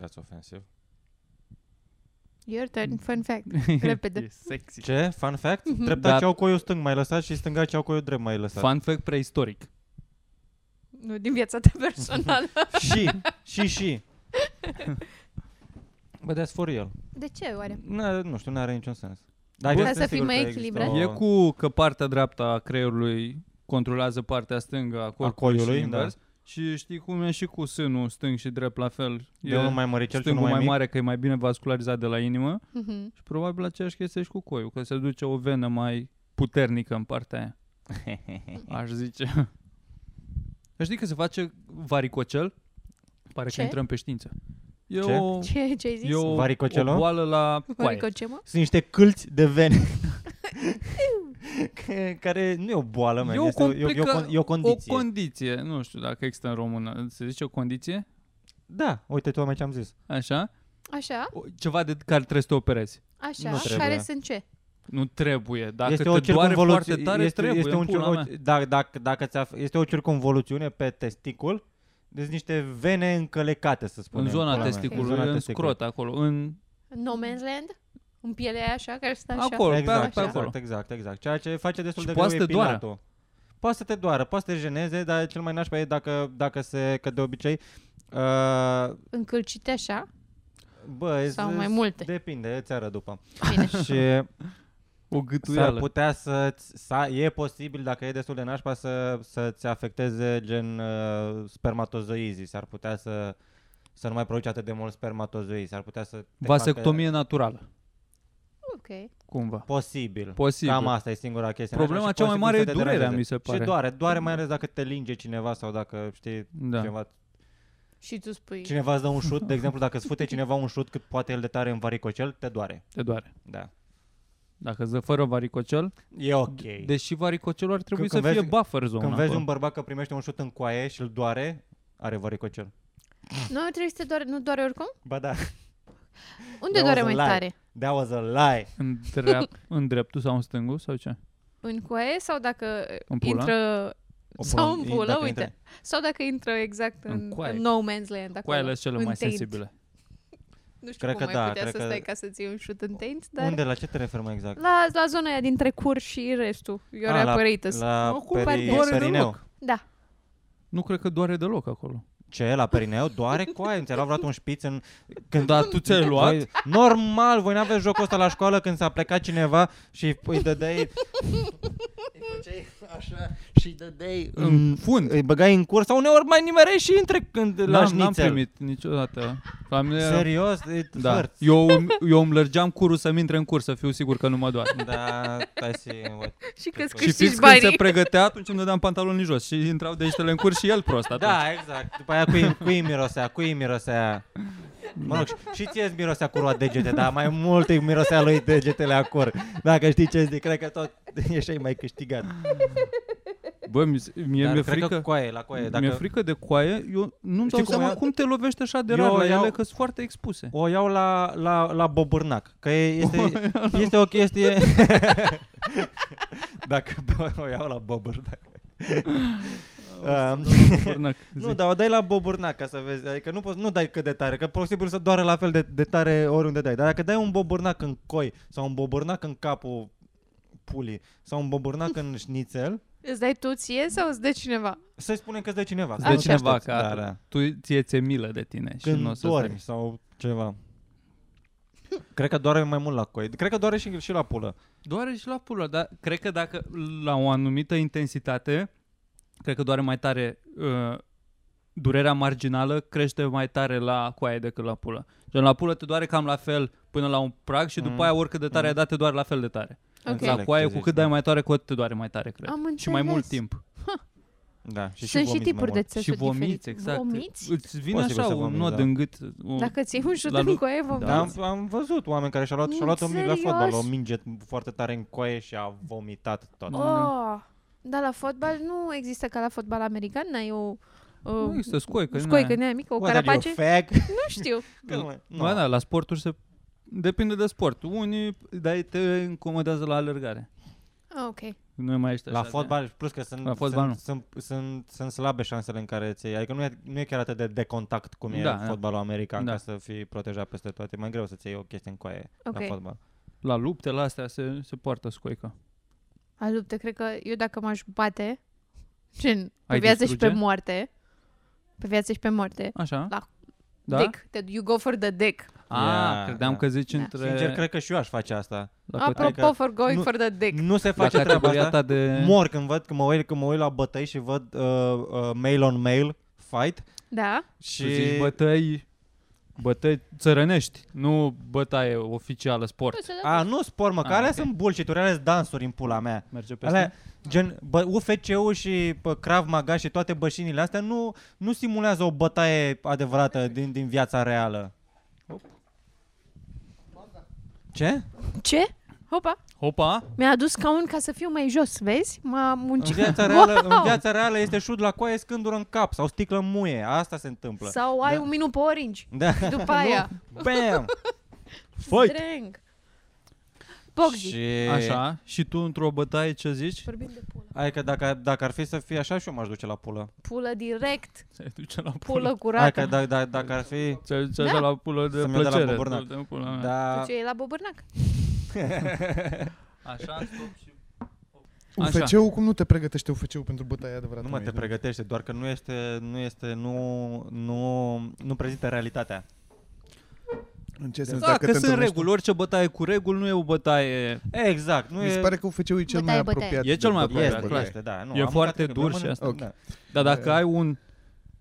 B: That's offensive.
A: Your
C: Mm.
A: turn, fun fact.
C: e
A: Repede.
C: sexy.
B: Ce? Fun fact?
A: Mhm.
B: Treptaci
C: Da.
B: au coiul stâng mai lăsat și stângaci au coiul drept mai lăsat.
C: Fun fact preistoric.
A: Nu din viața ta personală.
B: și, și, și. Bă, that's for real.
A: De ce oare?
C: Mm.
B: Nu, nu știu, nu are niciun sens. Dar
A: Bun.
B: eu sunt
A: Ca să fii
B: sigur
A: mai
B: că există
A: echilibrat.
B: o-
C: E cu că partea dreaptă a creierului controlează partea stângă a corpului,
B: coiului, da.
C: și invers. Și știi cum e și cu sânul stâng și drept la fel.
B: De unul mai mare cel și
C: stângul
B: unul
C: mai,
B: mai mic.
C: mare că e mai bine vascularizat de la inimă
A: Mhm.
C: și probabil aceeași chestie și cu coiul, că se duce o venă mai puternică în partea aia. Aș zice. Știi că se face varicocel? Pare
A: Ce?
C: că intrăm pe știință. E
B: Ce?
C: o,
A: Ce, ce ai zis?
C: e o, o
B: Varicocelo?
C: boală la coaie.
A: Varicocemă?
B: Sunt niște câlți de vene. Că- care nu e o boală, man,
C: E o
B: este o, e, o, e, o,
C: complică-
B: con- e o condiție.
C: O condiție, nu știu dacă există în română, se zice o condiție,
B: da, uite tu mai ce am zis.
C: așa,
A: Așa,
C: O- ceva de care trebuie să te operezi.
A: așa.
B: Nu
A: Care
B: trebuie.
A: sunt ce?
C: Nu trebuie, dacă
B: este
C: te
B: o
C: doare
B: circunvoluț-
C: foarte tare,
B: este,
C: trebuie,
B: este,
C: în
B: un
C: pula
B: circun-
C: mea.
B: da, dacă, dacă ți-a, este o circunvoluțiune pe testicul, deci niște vene încălecate, să spunem.
C: în zona
B: pula mea.
C: testicului,
B: În
C: în,
B: zona testicului.
C: scrot acolo, în
A: În No Man's Land? În pielea aia așa, care stă așa?
C: Acolo. pe-
B: Exact,
A: pe
B: exact,
C: acolo.
B: exact, exact. Ceea ce face destul
C: Și
B: de greu
C: poate
B: e
C: să te doară.
B: pilatul. Poate să te doară, poate să te jeneze, dar cel mai nașpa e dacă, dacă se, că de obicei, uh,
A: Încălcite așa?
B: bă, e-
A: Sau
B: e-
A: mai multe.
B: Depinde, îți arăt după.
A: Bine.
B: Și
C: o
B: s-ar
C: gâtuială.
B: putea să, să e posibil, dacă e destul de nașpa, să, să-ți afecteze gen uh, spermatozoizii. S-ar putea să, să nu mai produci atât de mult spermatozoizi. S-ar putea să... te
C: Vasectomie naturală,
A: ok.
C: cumva.
B: Facă... Posibil.
C: Posibil.
B: Cam asta e singura chestie.
C: Problema
B: nașpa și
C: cea mai
B: posibil
C: mare
B: să
C: e
B: te
C: durerea,
B: deranjeze.
C: mi se pare.
B: Și doare, doare mai ales dacă te linge cineva sau dacă, știi, da.
C: Da.
B: cineva,
A: Și tu spui...
B: cineva îți dă un șut, de exemplu, dacă îți fute cineva un șut cât poate el de tare în varicocel, te doare.
C: Te doare.
B: Da.
C: Dacă ză fără varicocel,
B: E ok.
C: deși varicocelul ar trebui
B: când
C: să fie
B: vezi-
C: buffer zona.
B: Când vezi
C: Deci, acolo.
B: un bărbat că primește un șut în coaie și îl doare, are varicocel.
A: Nu trebuie să te doare, nu doare oricum?
B: Ba da.
A: Unde
B: That
A: doare
B: was
A: mai
B: a lie.
A: tare?
B: That was a lie.
C: În, dreap- în dreptul sau în stângul sau ce?
A: În coaie sau dacă
C: În pula?
A: intră...
B: O
A: Sau
B: pun-
A: în pulă,
B: dacă
A: uite.
B: intre-
A: Sau dacă intră exact
C: În
A: în, în,
C: coaie.
A: no man's land acolo.
C: Coaiele sunt cele
A: în
C: mai
A: taint.
C: sensibile.
A: Nu știu
B: Cred
A: cum
B: că
A: ai
B: da,
A: putea
B: cred
A: să
B: că-
A: stai ca să ții un șut în taint, dar...
B: Unde, la ce te referi mai exact?
A: La, la zona aia dintre cur și restul. Your
B: Ah, la-
A: apparatus.
B: La
C: Mă, cum
B: peri-
A: ar doare
B: perineu.
C: deloc?
A: Da.
C: Nu cred că doare deloc acolo.
B: Ce? La perineu? Doare coaie? Nu ți-a luat vreodată un șpiț în... Când
C: Dar tu ți-ai luat?
B: Voi, normal, voi n-aveți jocul ăsta la școală când s-a plecat cineva și îi dădeai... așa și dădeai
C: În fund.
B: Îi băgai în curs sau uneori mai nimereai și între când la
C: N-am, n-am
B: șnițel.
C: primit niciodată. La mine era-
B: Serios? E
C: Da.
B: hărți.
C: Eu, îmi- eu îmi lărgeam curul să-mi intre în curs, să fiu sigur că nu mă doare.
B: Da, hai să...
A: Și că-ți
B: Și
C: Și
A: câștigi
C: fix când
A: banii.
C: se pregătea, atunci îmi dădeam pantalonii jos și intrau degetele în curs și el prost atunci.
B: Da, exact. După aia cui, cui îi mirosea, cui îi mirosea. Mă rog, și- și ție îți mirosea curul la degete, dar mai mult îi mirosea lui degetele acor. Dacă știi ce zic, cred că tot ești mai câștigat.
C: Bă, mi se- mie
B: Dar
C: mi-e
B: cred
C: frică.
B: că coaie, la coaie. Păi, Dacă
C: Mi-e frică de coaie, eu
B: Știi
C: nu-mi dau
B: cum
C: seama
B: e?
C: cum te lovești așa de
B: Eu
C: rar la
B: iau-
C: ele, că sunt foarte expuse.
B: O iau la, la, la bobârnac, că e- este, este o chestie... Dacă o iau la bobârnac. Um, nu, dar o dai la bobârnac ca să vezi, adică nu poți, nu dai cât de tare, că posibil să doară la fel de, de tare oriunde dai, dar dacă dai un bobârnac în coi sau un bobârnac în capul pulii sau un bobârnac în șnițel,
A: Îți dai tu ție sau îți dă cineva?
B: să-i spunem că de cineva.
C: Îți
A: dă
B: Așa
C: cineva
B: aștepți,
C: ca-
B: da, da.
C: tu ție ți-e milă de tine și
B: Când
C: nu o să
B: dormi sau ceva. Cred că doare mai mult la coi. Cred că doare și, și la pulă.
C: Doare și la pulă, dar cred că dacă la o anumită intensitate, cred că doare mai tare uh, durerea marginală crește mai tare la coaie decât la pulă. Gen la pulă te doare cam la fel până la un prag și după
B: Mm.
C: aia oricât de tare
B: Mm.
C: ai dat te doare la fel de tare.
A: Ok.
B: Înțeleg.
C: La coaie
B: ce
C: cu
B: zici,
C: cât
B: da.
C: dai mai tare cu atât te doare mai tare, cred.
A: Am înțeles.
C: Da. Și mai mult timp.
B: Da, și
A: Sunt
B: și,
A: și
B: vomiți mai
A: tipuri de
B: mult.
A: țesări
C: și vomiți,
A: diferite.
C: exact.
A: Vomiți?
C: Îți vine
B: Posibil
C: așa
B: să
C: un
B: vomiți,
C: nod
B: da.
C: în gât. O...
A: Dacă ți iei un șut
C: La
A: în
C: lu-
A: coaie, vom
B: da, am, am văzut oameni care și-au luat, și-au luat o minge la
A: Serios?
B: fotbal, o minge foarte tare în coaie și a vomitat tot.
C: Nu,
A: Oh, dar la fotbal nu există ca la fotbal american, n-ai o... um,
C: Nu există
A: scoică,
C: scoică. din
A: scoică
C: aia.
A: din aia mică, o
B: What are you,
A: carapace?
B: fag?
A: Nu știu.
B: Că nu e- nu.
C: Ba da, la sporturi se... Depinde de sport. Unii, dar te incomodează la alergare.
A: Ah, ok.
C: Nu mai ești așa
B: La
C: de-
B: fotbal, plus că sunt,
C: La fotbal nu.
B: sunt, sunt, sunt, sunt, slabe șansele în care ți adică nu e, nu e chiar atât de, de contact cum e
C: Da,
B: da,
C: da.
B: fotbalul american
C: Da.
B: ca să fii protejat peste toate. E mai greu să-ți iei o chestie în coaie
A: Ok.
B: la fotbal.
C: La lupte, la astea se, se poartă scoica.
A: A lupte, cred că eu dacă m-aș bate, gen, pe
C: Ai
A: viață și
C: distruge?
A: pe moarte, pe viață și pe moarte,
C: Așa?
A: La-
C: da?
A: dick, te, you go for the dick.
C: Ah,
B: Ia,
C: credeam
B: da.
C: că zici
A: Da.
C: între...
B: Sincer, cred că și eu aș face asta.
C: la,
A: Apropo,
C: cate-
B: Adică
A: for going
B: nu-
A: for the dick.
B: Nu se
C: la
B: face treaba
C: categoria
B: asta.
C: ta de...
B: Mor când văd, când mă uit, când mă uit la bătăi și văd uh, uh, mail on mail fight
A: Da?
B: și
C: și... zici bătăi... Bătăi țărănești, nu bătaie oficială, sport.
A: Nu se dă-
B: A, nu spor, mă, că
C: Ah,
B: alea
C: ok.
B: sunt bullshit alea sunt dansuri în pula mea.
C: Merge pe
B: Alea, gen, bă, UFC-ul și bă, Krav Maga și toate bășinile astea nu, nu simulează o bătaie adevărată din, din viața reală. Ce?
A: Ce? Hopa,
C: Hopa!
A: mi-a adus scaun ca să fiu mai jos, vezi? M-a
B: În
A: muncit.
B: viața reală, în viața reală este șut la coaie, scândură în cap sau sticlă în muie. Asta se întâmplă.
A: Sau ai
B: Da.
A: un minut pe orange.
B: Da.
A: După aia,
B: Bam! Fight!
A: dreng. Bogzi,
B: Și...
C: Așa, și tu într-o bătaie ce zici?
A: vorbim de pulă.
B: Hai că dacă, dacă ar fi să fie așa și eu m-aș duce la pulă.
A: Pulă direct,
C: Se duce la pulă.
A: pulă
B: Hai
A: curată.
B: că da, da, dacă ar fi...
C: Se duce
A: Da.
C: așa la pulă de
B: Să-mi dea la
C: plăcere.
B: bobârnac.
C: de pula mea.
B: Da,
A: Tu ce e la bobârnac?
C: Așa, stop și... Așa.
D: UFC-ul, cum nu te pregătește UFC-ul pentru bătaia adevărată?
B: nu mă te
D: măi?
B: pregătește, doar că nu este, nu este, nu, nu, nu prezintă realitatea.
D: În ce sens?
C: Da,
D: dacă
C: că
D: te
C: sunt
D: întâlnești-
C: reguli. Orice bătaie cu reguli nu e o bătaie...
B: Exact, nu
D: Mi se
B: e...
D: pare că UFC-ul e cel
A: Bătaie,
D: mai
A: bătaie.
D: apropiat.
C: E
D: de
C: cel mai
D: bătaie,
C: apropiat,
B: este,
D: bătaie.
C: clar.
B: este, da. Nu,
C: E
B: am
C: foarte
B: mâncat
C: dur
B: pe
C: și
B: mână,
C: asta.
B: da.
D: Ok.
C: Dar dacă
D: Da.
C: ai un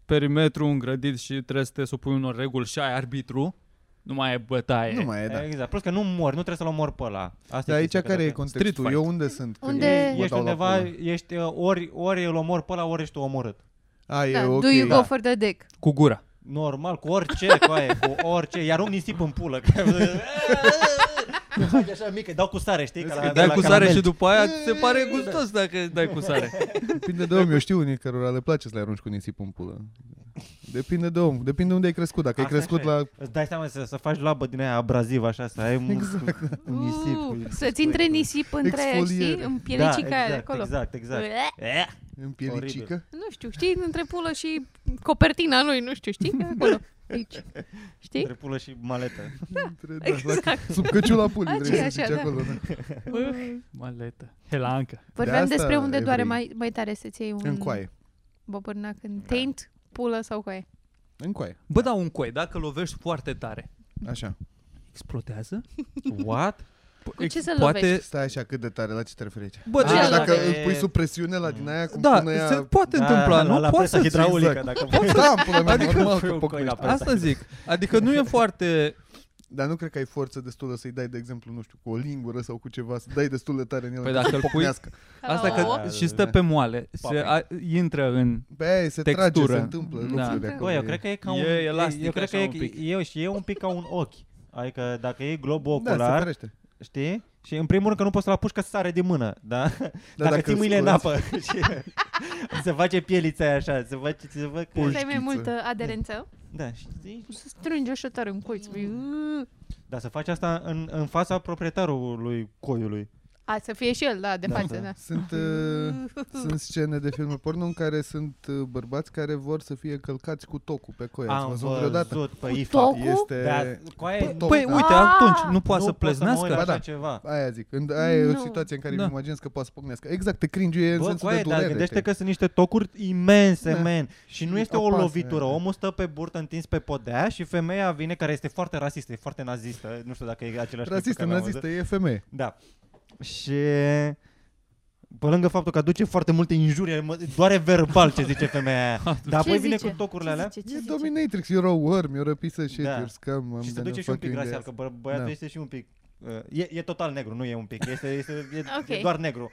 C: perimetru îngrădit și trebuie să te supui unor reguli și ai arbitru, nu mai e bătaie.
D: Nu mai e, da.
B: Exact, plus că nu mor, nu trebuie să-l omor pe ăla. Asta
D: Dar
B: e
D: aici
B: chestia
D: care e
B: trebuie.
D: contextul?
C: Exact. Street
D: Eu unde sunt? Că
A: Unde-
D: eu mă
B: Ești
D: dau la
B: undeva,
D: pulă.
B: ești, uh, ori, ori îl omor pe ăla, ori ești tu omorât.
D: A, e
A: Da,
D: ok.
A: do you go
B: Da.
A: for the dick?
C: Cu gura.
B: Normal, cu orice, cu aia, cu orice. Iar un nisip în pulă. Că... Faci așa mică, dau cu sare, știi? Ca la,
C: Dai
B: la
C: cu sare
B: caramel.
C: și după aia ți se pare gustos dacă dai cu sare.
D: Depinde de om, eu știu unii cărora le place să le arunci cu nisip în pulă. Depinde de om, depinde unde ai crescut. Dacă ai
B: Asta
D: crescut
B: așa e.
D: la...
B: Îți dai seama să, să faci labă din aia abraziv așa, să ai un exact. nisip.
A: Uh,
B: cu-
A: Să-ți intre nisip între,
D: Exfoliere.
A: știi, în
B: da,
A: pielicica aia de
B: exact,
A: acolo.
B: exact, exact.
A: Bleh.
B: Eh,
D: În pielicică?
A: Nu știu, știi, între pulă și copertina lui, nu știu, știi, acolo. Aici. Știi?
B: Între pulă și maletă.
D: Între- da,
A: Exact.
D: la- Sub căciula pulii,
A: Aceea,
D: trebuie să
A: așa,
D: zici
A: da.
D: acolo. da.
C: Maletă. Helancă.
A: Vorbeam
D: asta
A: despre unde
D: evrei.
A: doare mai, mai tare să-ți iei un
D: În coaie.
A: bobârnac, în
B: Da.
A: taint, pulă sau coaie.
D: În coaie.
C: Bă, da, un coi, dacă lovești foarte tare,
D: Așa.
C: explodează?
B: What?
A: Cu ce să
C: poate...
A: lovești?
D: Stai așa, cât de tare, la ce te referi aici?
C: Bă, deci
A: Ce
D: Adică
A: la
D: dacă
B: fel.
D: îl pui sub presiune la din aia, cum
C: da,
D: spune ea...
C: se poate întâmpla, nu?
B: Da, La, la
C: poate
B: presa
C: să
B: hidraulică,
D: exact.
B: dacă
D: Da, până la
B: Adică
D: normal
B: fă
C: Păi,
D: că
B: un coi la
C: da.
D: păcălești.
B: presa.
C: Asta zic. Adică nu e foarte...
D: Dar nu cred că ai forță destulă să-i dai, de exemplu, nu știu, cu o lingură sau cu ceva, să dai destul de tare în el.
C: Păi
D: încât
C: dacă
D: să
C: îl pui-
D: pocnească.
C: Asta
A: Hello?
C: că
B: Da,
C: și
B: da,
C: stă pe moale. Se
B: Papă.
C: a, intră în...
D: Bă, se trage,
C: Textură.
D: se întâmplă
C: Da.
D: lucruri de acolo.
B: Bă, eu cred că e ca un...
C: E elastic
B: eu cred că
C: așa
B: e,
C: un pic.
B: e, și e un pic ca un ochi. Adică dacă e globul
D: da, se
B: ocular,
D: ferește.
B: știi? Și în primul rând că nu poți să-l apuci că sare din mână, da?
D: Dar dacă
B: ții
D: îl
B: mâinile în
D: scoți-
B: apă. și- se face pielița aia așa, se face, se fac...
D: Pui.
A: Să ai mai
D: știță.
A: multă aderență.
B: Da, știi?
A: Să strângi șotar în cuiț. Ui,
B: Dar să faci asta în, în fața proprietarului coiului.
A: A, să fie și el, da, de
B: Da,
A: față,
B: da.
A: da.
D: Sunt, uh, sunt scene de filme porno în care sunt uh, bărbați care vor să fie călcați cu tocul pe coi. Ați
B: Am
D: văzut vreodată?
B: văzut pe
A: Cu
B: IFA.
A: tocul?
D: Este...
B: Dar coaie,
D: Păi,
B: nu
D: Tot,
C: Păi
D: da.
C: uite,
A: Ah!
C: atunci nu poate să
B: pot să mă uit la
C: pleznească.
D: Ba
B: așa
D: da.
B: ceva.
D: Aia zic, în, aia e
A: Nu.
D: o situație în care
C: Da.
D: îmi imaginez că poate să pocnească. Exact, te cringiuie în
B: Bă,
D: sensul
B: coaie,
D: de
B: dar
D: durere.
B: gândește
D: te-
B: că sunt niște tocuri imense,
D: Da.
B: man. Și nu
D: Și
B: este o
D: apasă,
B: lovitură.
D: da.
B: Omul stă pe burtă întins pe podea și femeia vine, care este foarte rasistă, e foarte nazistă. Nu știu dacă e același lucru
D: Rasistă,
B: care l-am văzut.
D: nazistă, e femeie.
B: Da. Și pe lângă faptul că aduce foarte multe injurie, mă doare verbal ce zice femeia aia. Dar
A: Ce
B: apoi vine
A: zice?
B: cu tocurile
A: Ce
B: alea
A: zice, ce
D: E
A: zice?
D: dominatrix, you're a worm, you're a piece of shit,
B: Da.
D: you're scum. I'm
B: și se
D: gonna
B: duce și un
D: fuck you
B: pic
D: in the
B: rasial,
D: ass.
B: că bă, băiatul
D: Da.
B: este și un pic... uh, E, e total negru, nu e un pic, este, este e,
A: Ok.
B: e doar negru.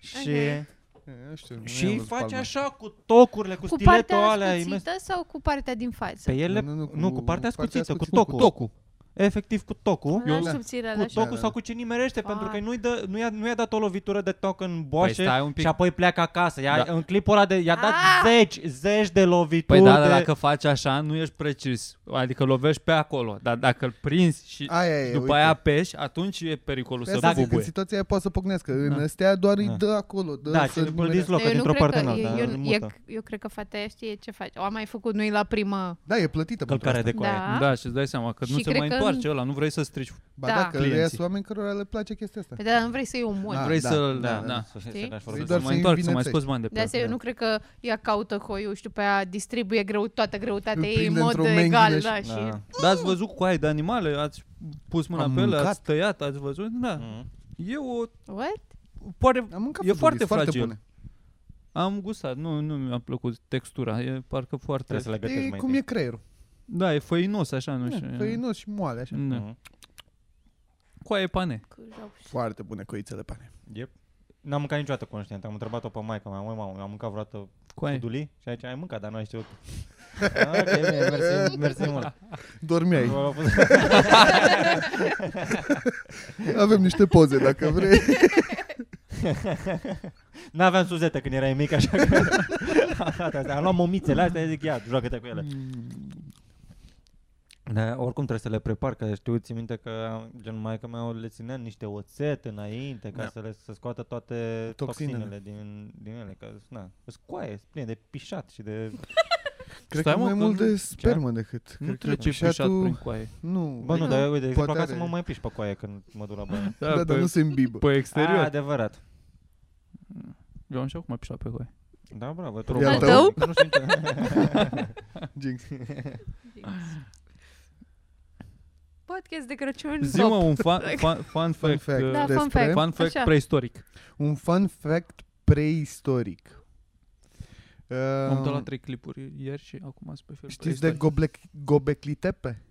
B: Și,
A: Ok.
D: E, nu știu, nu
B: și
D: i-am
B: îi
D: văzut
B: face
D: palma.
B: așa cu tocurile, cu,
A: Cu
B: stiletul
A: partea
B: alea imens.
A: ascuțită sau cu partea din față?
B: Pe ele,
D: Nu, nu, nu, cu-
B: nu, cu partea
D: cu partea
B: ascuțită, cu
D: ascuțită,
B: tocul.
D: cu
C: tocul.
B: Efectiv cu tocul.
A: La
D: eu-
A: subțire,
B: Cu
A: la
B: tocul
D: da,
B: sau
D: da.
B: cu ce nimerește, pentru că
A: Ah.
B: nu-i dă, nu, i-a, nu i-a dat o lovitură de toc în boașe
C: Păi stai un pic.
B: și apoi pleacă acasă. I-a,
C: Da.
B: În clipul ăla de, i-a dat
A: Ah!
B: zeci, zeci de lovituri.
C: Păi da, dar
B: de...
C: dacă faci așa, nu ești precis. Adică lovești pe acolo. Dar dacă îl prinzi și
D: Aia e,
C: după
D: uite.
C: aia pești, atunci e pericolul
D: Pe
C: să
D: asta zic, în
C: bubuie.
D: situația aia poate să pocnească. În
C: Da.
D: astea doar
B: Da.
D: îi dă acolo. Dă
B: Da,
D: să
B: și îl
D: numele-
B: dislocă
A: eu nu
B: dintr-o
A: cred
B: parte
A: că,
B: în
A: eu,
B: alta.
A: eu,
B: îl
A: eu,
B: mută.
A: eu cred că fata aia știe ce face. O a mai făcut noi la primă.
D: Da, e plătită pentru
B: Călcare
D: asta.
B: de coaie.
A: Da.
C: Da, și îți dai seama că nu
A: Și
C: se
A: cred
C: mai
A: că
C: întoarce ăla, nu vrei să strici.
D: Ba
A: Da.
D: da, că le ia
C: Clienții.
D: oameni cărora le place chestia asta.
A: Păi da, nu vrei să-i omori.
D: Da,
C: vrei
D: da,
C: să-l...
D: da,
C: Da,
D: da.
C: da.
B: Să se
A: Știi?
B: transforme.
D: Vrei
C: Să
D: doar
C: mai
D: să-i
C: întorci, să mai
D: învinețești.
C: scoți bani de
A: De
C: pe
A: asta eu nu cred că ea caută hoiul și după aia distribuie greu, toată
D: Îl
A: greutatea ei în
D: prinde
A: mod
D: într-o menghină
A: egal.
D: și-
A: Da, și...
B: Da.
C: Dar ați văzut coaie de animale, ați pus mâna
D: Am
C: pe ele,
D: mâncat.
C: ați tăiat, ați văzut? Da.
B: Mm.
C: E o...
A: What?
C: Poate
D: Am mâncat
C: E foarte
D: fădulis, foarte
C: fragil.
D: bune.
C: am gustat, nu, nu mi-a plăcut textura, e parcă foarte...
B: Trebuie să le gătești
D: E
B: mai
D: cum e creierul.
C: Da, e făinos așa, nu știu.
D: Da, Făinos Mm. și moale, așa.
C: Da.
B: Mhm.
C: Coaie pane.
A: Că jau-
D: Foarte bune coițele pane.
B: Yep. N-am mâncat niciodată conștient. Am întrebat-o pe maica mea. Măi, mamă, am mâncat vreodată
C: Coaie.
B: fudulii? Și aici ai mâncat, dar nu ai știut. Ah, ok, bine, mersi, mersi mult.
D: Dormeai.
B: Vă- vă-
C: Mm.
D: Avem niște poze, dacă vrei.
B: N-aveam suzete când erai mic, așa că... Asta, asta. Am luat momițele astea, zic, ia, joacă-te cu ele.
C: Mm.
B: Da, oricum trebuie să le prepar, că știu, ți minte că gen maica mea le ținea niște oțet înainte ca
D: Da.
B: să le să scoată toate
D: Toxinele.
B: toxinele din, din ele, că na, îs coaie, sunt pline de pișat și de...
D: Cred
C: Stai,
D: că
C: mă,
D: mai
C: că
D: mult
C: nu-
D: de spermă decât.
C: Nu
D: Cred că
C: trece
D: pișatul-
C: pișat prin coaie.
D: Nu.
B: Bă, nu,
D: adică-
B: dar eu, de exemplu,
D: Poate
B: acasă
D: are-
B: mă mai piș pe coaie când mă duc la baie.
D: Da,
C: păi-
D: dar nu se îmbibă.
C: pe
B: A,
C: exterior.
B: adevărat.
C: Eu am și acum pișat pe coaie.
B: Da, bravo.
D: Al
B: Al
A: tău?
B: Nu știu nici-
C: păi-
D: Jinx.
A: Podcast de Crăciun.
C: Zi-mă
A: top.
C: un fun, fun, fun fact,
D: fact.
C: uh,
A: Da, fun
D: despre-
A: fact.
C: fun fact
A: Așa.
C: preistoric.
D: Un fun fact preistoric.
C: Am dat
D: Um,
C: la trei clipuri ieri și acum sunt pe film
D: Știți de goblec- gobeclitepe?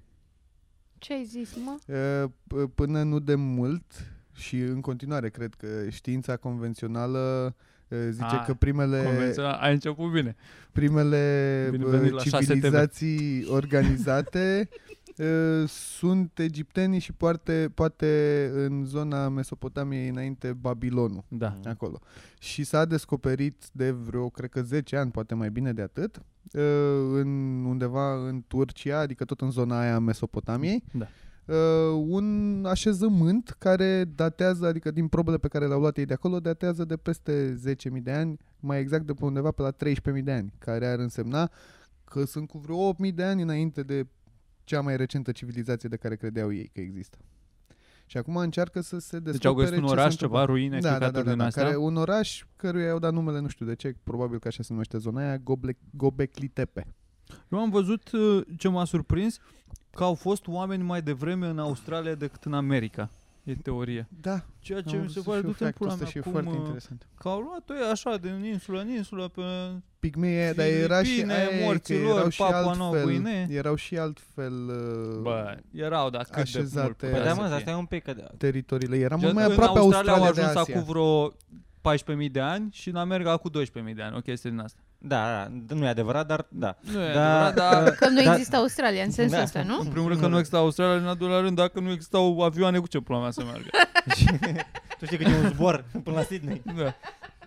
A: Ce ai zis, mă?
D: Uh, p- Până nu de mult și în continuare cred că știința convențională uh, zice
C: Ah,
D: că primele,
C: Convențional, ai început bine.
D: primele
C: Bine
D: uh,
C: venit la 6 TV.
D: civilizații organizate uh, sunt egiptenii și poate, poate în zona Mesopotamiei înainte Babilonul.
C: Da.
D: acolo. Și s-a descoperit de vreo, cred că 10 ani, poate mai bine de atât, uh, în undeva în Turcia, adică tot în zona aia a Mesopotamiei,
C: Da.
D: uh, un așezământ care datează, adică din probele pe care le-au luat ei de acolo, datează de peste 10.000 de ani, mai exact de pe undeva pe la 13.000 de ani, care ar însemna că sunt cu vreo 8.000 de ani înainte de cea mai recentă civilizație de care credeau ei că există. Și acum încearcă să se descopere
C: Deci au găsit un
D: ce se
C: oraș,
D: întâmplă.
C: ceva, ruine, da, da, da, din astea.
D: Care, un oraș căruia i-au dat numele, nu știu de ce, probabil că așa se numește zona aia, Goble, Gobeclitepe.
C: Eu am văzut uh, ce m-a surprins, că au fost oameni mai devreme în Australia decât în America. E teorie.
D: Da,
C: Ceea ce mi Deci, se pare du-te în pula mea
D: și e
C: cum,
D: foarte
C: uh,
D: interesant.
C: Că au luat ei așa, din insulă în insulă, pe...
D: Pigmei aia, dar era și
C: Filipine,
D: aia, e că
C: morților,
D: erau și
C: Papua Noua
D: altfel,
C: Guinee.
D: erau și altfel uh,
C: Bă, erau, dar cât de
D: așezate.
C: mult
D: Păi
B: Păi
C: putea
B: da,
C: să
B: mă,
C: fie.
B: asta e un pic... Că...
D: teritoriile. Eram
C: Gen,
D: mult mai
C: în
D: aproape
C: Australia
D: Australia,
C: au
D: de
C: ajuns
D: Asia.
C: acum vreo 14.000 de ani și în America acum 12.000 de ani, o chestie din asta.
B: Da, da, nu e adevărat, dar da.
C: Nu e
B: Da.
C: adevărat, dar...
A: Că nu
B: Da.
A: există Australia în sensul
B: Da.
A: ăsta, nu?
C: În primul rând că nu exista Australia, în al doilea rând, dacă nu existau avioane, cu ce pula mea să meargă?
B: Tu știi că e un zbor până la Sydney.
C: Da.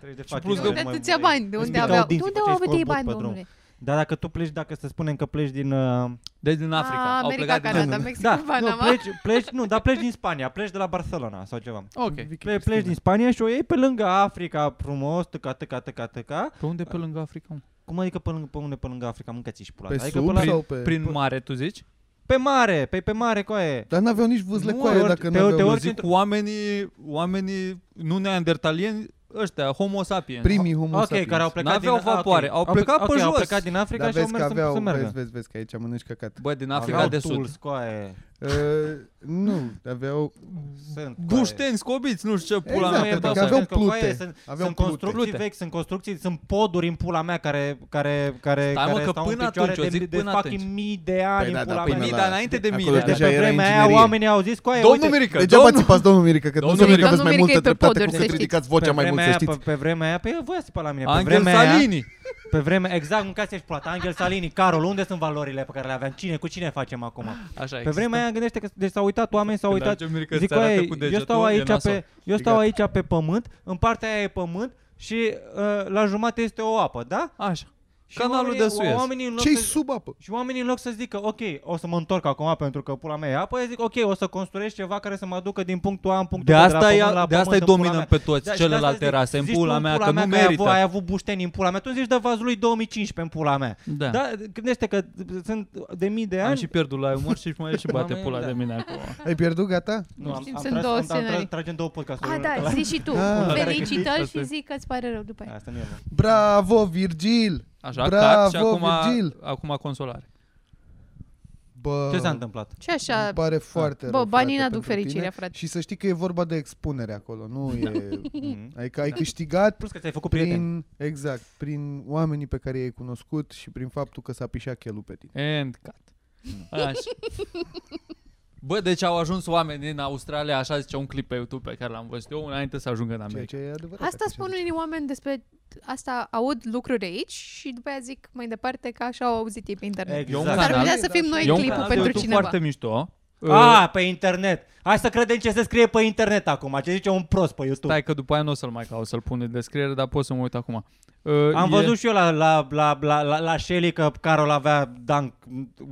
B: Treci de
C: plus
B: fatigă.
A: de unde
B: mai-
A: atâția bani? De
B: îți
A: unde
B: picau
A: aveau? De
B: dinții,
A: unde
B: făceai
A: au avut ei
B: scorbut
A: bani,
B: pe drum.
A: domnule?
B: Dar dacă tu pleci, dacă să spunem că pleci din... Uh,
C: De Deci din Africa.
A: Ah,
C: Au
A: America,
C: plecat din
A: Canada, Mexic,
B: da, nu,
A: Panama.
B: pleci, pleci, nu, dar pleci din Spania, pleci de la Barcelona sau ceva.
C: Ok.
D: Vicky
B: Ple,
D: Cristina.
B: pleci din Spania și o iei pe lângă Africa frumos, tăca, tăca, tăca, tăca.
C: Pe unde pe lângă Africa? mă?
B: Cum adică pe, lângă, pe unde pe lângă Africa? Mâncați și pula.
D: Pe
B: ta. adică
D: sub
B: pe, la,
D: sau pe...
C: Prin mare, tu zici?
B: pe mare, păi pe, pe mare, coaie.
D: Dar n-aveau nici vâzle
B: Nu,
D: coaie
B: te ori- te-
D: dacă n-aveau
B: te
C: Eu
B: ori-
D: vâzle.
C: zic Păi oamenii, oamenii nu neandertalieni, ăștia, homo sapiens.
D: Primii homo
B: Ok,
D: sapiens.
B: care au plecat
C: N-aveau
B: din... ah, ok.
C: vapoare, au plecat
B: ok,
C: pe
B: Au
C: jos.
B: plecat din Africa
D: Dar
B: și au
D: vezi că
B: mers să, să
D: aveau,
B: meargă.
D: vezi, vezi, vezi că aici mănânci căcat.
C: Bă, din
B: Aveau
C: Africa de Sud.
B: tools, coaie.
D: Uh, nu, aveau...
B: Sunt coaie.
C: Bușteni, scobiți, nu știu ce pula
D: Exact,
C: mea e,
D: pentru
C: dar
D: că
B: să
C: să-
D: aveau
B: vezi coaie
D: plute.
B: Adică, Sunt,
D: Aveau
B: sunt
D: plute.
B: construcții
C: Plute.
B: vechi, sunt construcții, sunt poduri în pula mea care, care, care,
C: Stai, mă,
B: care
C: că
B: stau
C: până
B: în picioare
C: atunci,
B: de,
C: eu zic
B: de
C: până
B: fucking
C: atunci.
B: mii de ani
D: Păi
B: în
D: da,
B: pula
D: până
B: mea.
C: Mii,
D: la-
C: dar înainte de mii
D: acolo
B: de,
C: de
B: de
C: ani.
D: deja
B: pe
D: era
B: vremea aia
D: inginerie.
B: oamenii au zis, coaie,
C: Domnul
B: uite,
C: Mirică,
D: Degeaba
C: domnul...
D: țipați, domnul Mirică, că
C: Domnul
D: nu înseamnă
A: Mirică.
D: că aveți mai
A: Domnul
D: multă
A: Mirică e pe
D: dreptate cu
A: poduri,
D: cât
A: să
D: ridicați
B: pe
D: vocea mai mult,
B: vremea
D: să
B: aia,
D: știți.
B: Pe, pe vremea aia, pe eu voia să pe la mine. pe
C: Angel
B: vremea Aia,
C: Salini.
B: pe vremea, exact, mâncați și plata. Angel Salini, Carol, unde sunt valorile pe care le aveam? Cine, cu cine facem acum?
C: Așa
B: Pe vremea aia gândește că deci s-au uitat oameni, s-au
C: Când
B: uitat.
C: ajunge Mirica,
B: Zic,
C: îți arată
B: "Oaie,
C: cu
B: eu
C: degetul,
B: stau
C: e
B: aici
C: nasol."
B: pe, eu
D: E
B: stau
D: gata.
B: aici pe pământ, în partea aia e pământ și uh, la jumate este o apă, da?
C: Așa.
B: Și
C: Canalul
B: oamenii-
C: de Suez.
B: Oamenii în loc
D: Ce-i
B: să-
D: sub apă?
B: și oamenii în loc să zică, ok, o să mă întorc acum pentru că pula mea e apă, eu zic, ok, o să construiesc ceva care să mă aducă din punctul A în
C: De
B: punctul B,
C: asta,
B: de, la
C: e,
B: pământ la
C: de asta îi
B: pământ, în pula
C: dominăm
B: mea.
C: pe toți
B: Da, și de asta
C: celelalte
B: zic,
C: rase în
B: zici tu
C: pula mea, că nu
B: ai avut- Ai
C: merită.
B: avut bușteni în pula mea, tu zici, dă vazul lui 2015 în pula mea.
C: Da.
B: Da, gândește că sunt de mii de
C: Am
B: ani
C: și pierdut la umor și mai e și bate
B: Oamenii,
C: pula
B: da.
C: de mine acum.
D: Ai pierdut, gata?
B: Nu, am,
A: Știm,
B: am
A: sunt
B: tras,
A: două
B: am, am tras,
A: scenarii.
B: tragem două podcasturi.
A: Ah, da,
B: la-
A: zi și tu.
D: Ah.
A: Felicitări
C: Asta e.
A: și zi că îți pare rău după aia.
B: Asta nu e, mă.
D: Bravo, Virgil!
C: Așa,
D: Bravo,
C: cat și acum,
D: Virgil!
C: acum consolare.
D: Bă,
B: Ce s-a întâmplat?
A: Și așa,
D: Îmi pare foarte
A: Da. Bă,
D: rău,
A: banii
D: frate,
A: n-aduc
D: pentru
A: fericirea,
D: tine.
A: frate.
D: Și să știi că e vorba de expunere acolo, nu e...
B: Mhm.
A: Da.
D: Adică ai câștigat
B: Plus că ți-ai făcut prieteni.
D: prin, exact, prin oamenii pe care i-ai cunoscut și prin faptul că s-a pișat chelul pe tine.
C: And cut. Așa. Bă, deci au ajuns oameni din Australia, așa zice un clip pe YouTube pe care l-am văzut eu, înainte să ajungă în
D: Ceea
C: America.
D: ce e adevărat.
A: asta
D: așa
A: spun
D: zice.
A: unii oameni despre Asta aud lucruri aici și după aia zic mai departe că așa au auzit ei pe internet.
B: Exact.
C: E un
A: S-ar
C: canal-
A: putea să fim noi
C: E un
A: clipul
C: canal de
A: pentru
C: YouTube
A: cineva.
C: foarte mișto. Uh,
B: Ah, pe internet. Hai să credem ce se scrie pe internet acum, ce zice un prost pe YouTube.
C: Stai că după aia nu o să-l mai caut să-l pun în descriere, dar pot să mă uit acum. Uh,
B: Am
C: e-
B: văzut și eu la, la, la, la, la, la Shelly că Carol avea dunk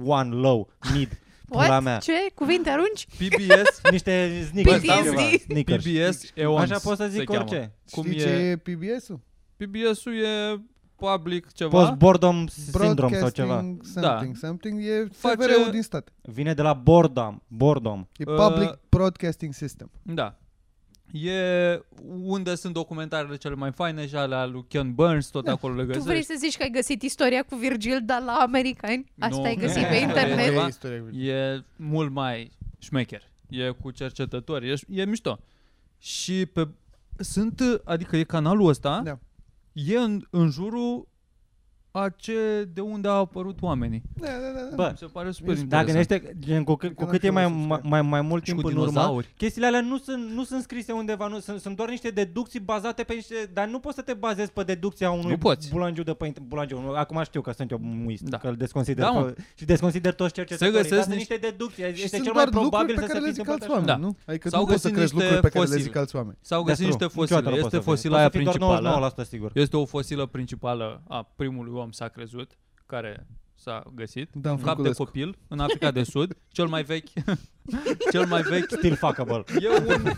B: one low, mid, pula
A: What?
B: mea.
A: Ce? Cuvinte arunci?
C: PBS,
B: Niște sneakers.
A: PTSD.
B: ceva, sneakers.
C: PBS Eons
B: Așa pot să
C: se
B: zic
C: cheamă.
B: orice.
C: Cum
D: Știi ce
C: e?
D: e PBS-ul?
C: PBS-ul e public ceva.
B: Post-boredom syndrome sau ceva. Da.
D: Broadcasting Something, something e
C: Face-
D: SVR-ul din stat.
B: Vine de la boredom. boredom.
D: E
C: Uh,
D: Public Broadcasting System.
C: Da. E unde sunt documentarele cele mai faine și alea lui Ken Burns,
B: Da.
C: tot acolo le
A: Tu
C: găsești.
A: vrei să zici că ai găsit istoria cu Virgil, dar la americani? Asta
C: Nu. Păi-
A: ai găsit
B: Nu.
A: pe internet?
C: Ceva?
D: E istoria cu-
C: E mult mai șmecher. E cu cercetători. E, ș- e mișto. Și pe... Sunt, adică e canalul ăsta,
D: Da.
C: e în, în jurul a ce, de unde au apărut oamenii.
D: Da, da, da. da.
B: Bă,
C: Mi se pare
B: Da,
C: super Păi, interesant.
B: gândește, gen, cu, cât- cu
D: Canal
B: cât e
D: și
B: mai,
D: eu subscribe.
B: mai, mai, mai mult
C: Și
B: timp
C: cu
B: în urmă,
C: dinozauri.
B: chestiile alea nu sunt, nu sunt scrise undeva, nu, sunt, sunt doar niște deducții bazate pe niște... Dar nu poți să te bazezi pe deducția unui
C: Nu poți.
B: bulangiu de pe inter- bulangiu. nu, Acum știu că sunt eu muist,
C: Da.
B: da. că îl desconsider
C: Da,
B: da,
C: mă.
B: pe, și desconsider toți cercetătorii.
C: găsesc
B: dar sunt
C: niște-
B: niște deducții.
D: Și
B: Este
D: sunt
B: cel mai
D: doar lucruri
B: probabil
D: pe
B: să se
D: care
B: fi
D: le zic
B: întâmplat
D: alți
B: așa.
D: oameni,
C: Da.
D: nu? Adică
C: S-au
D: nu poți să
C: găsit
D: crezi
C: niște
D: lucruri pe care le
C: fosile.
D: zic alți oameni.
C: S-au
B: That's
C: găsit niște
B: Da, true. Niciodată
C: fosile.
B: nu
C: Este
B: poți să vezi.
C: fosila
B: Poate
C: aia
B: să fie
C: principală.
B: Doar 99% sigur.
C: Este o fosilă principală a primului om, s-a crezut, care s-a găsit,
D: Dan
C: un cap de
D: Frunculescu.
C: copil, în Africa de Sud, cel mai vechi, cel mai vechi,
B: Still fuckable.
C: e un,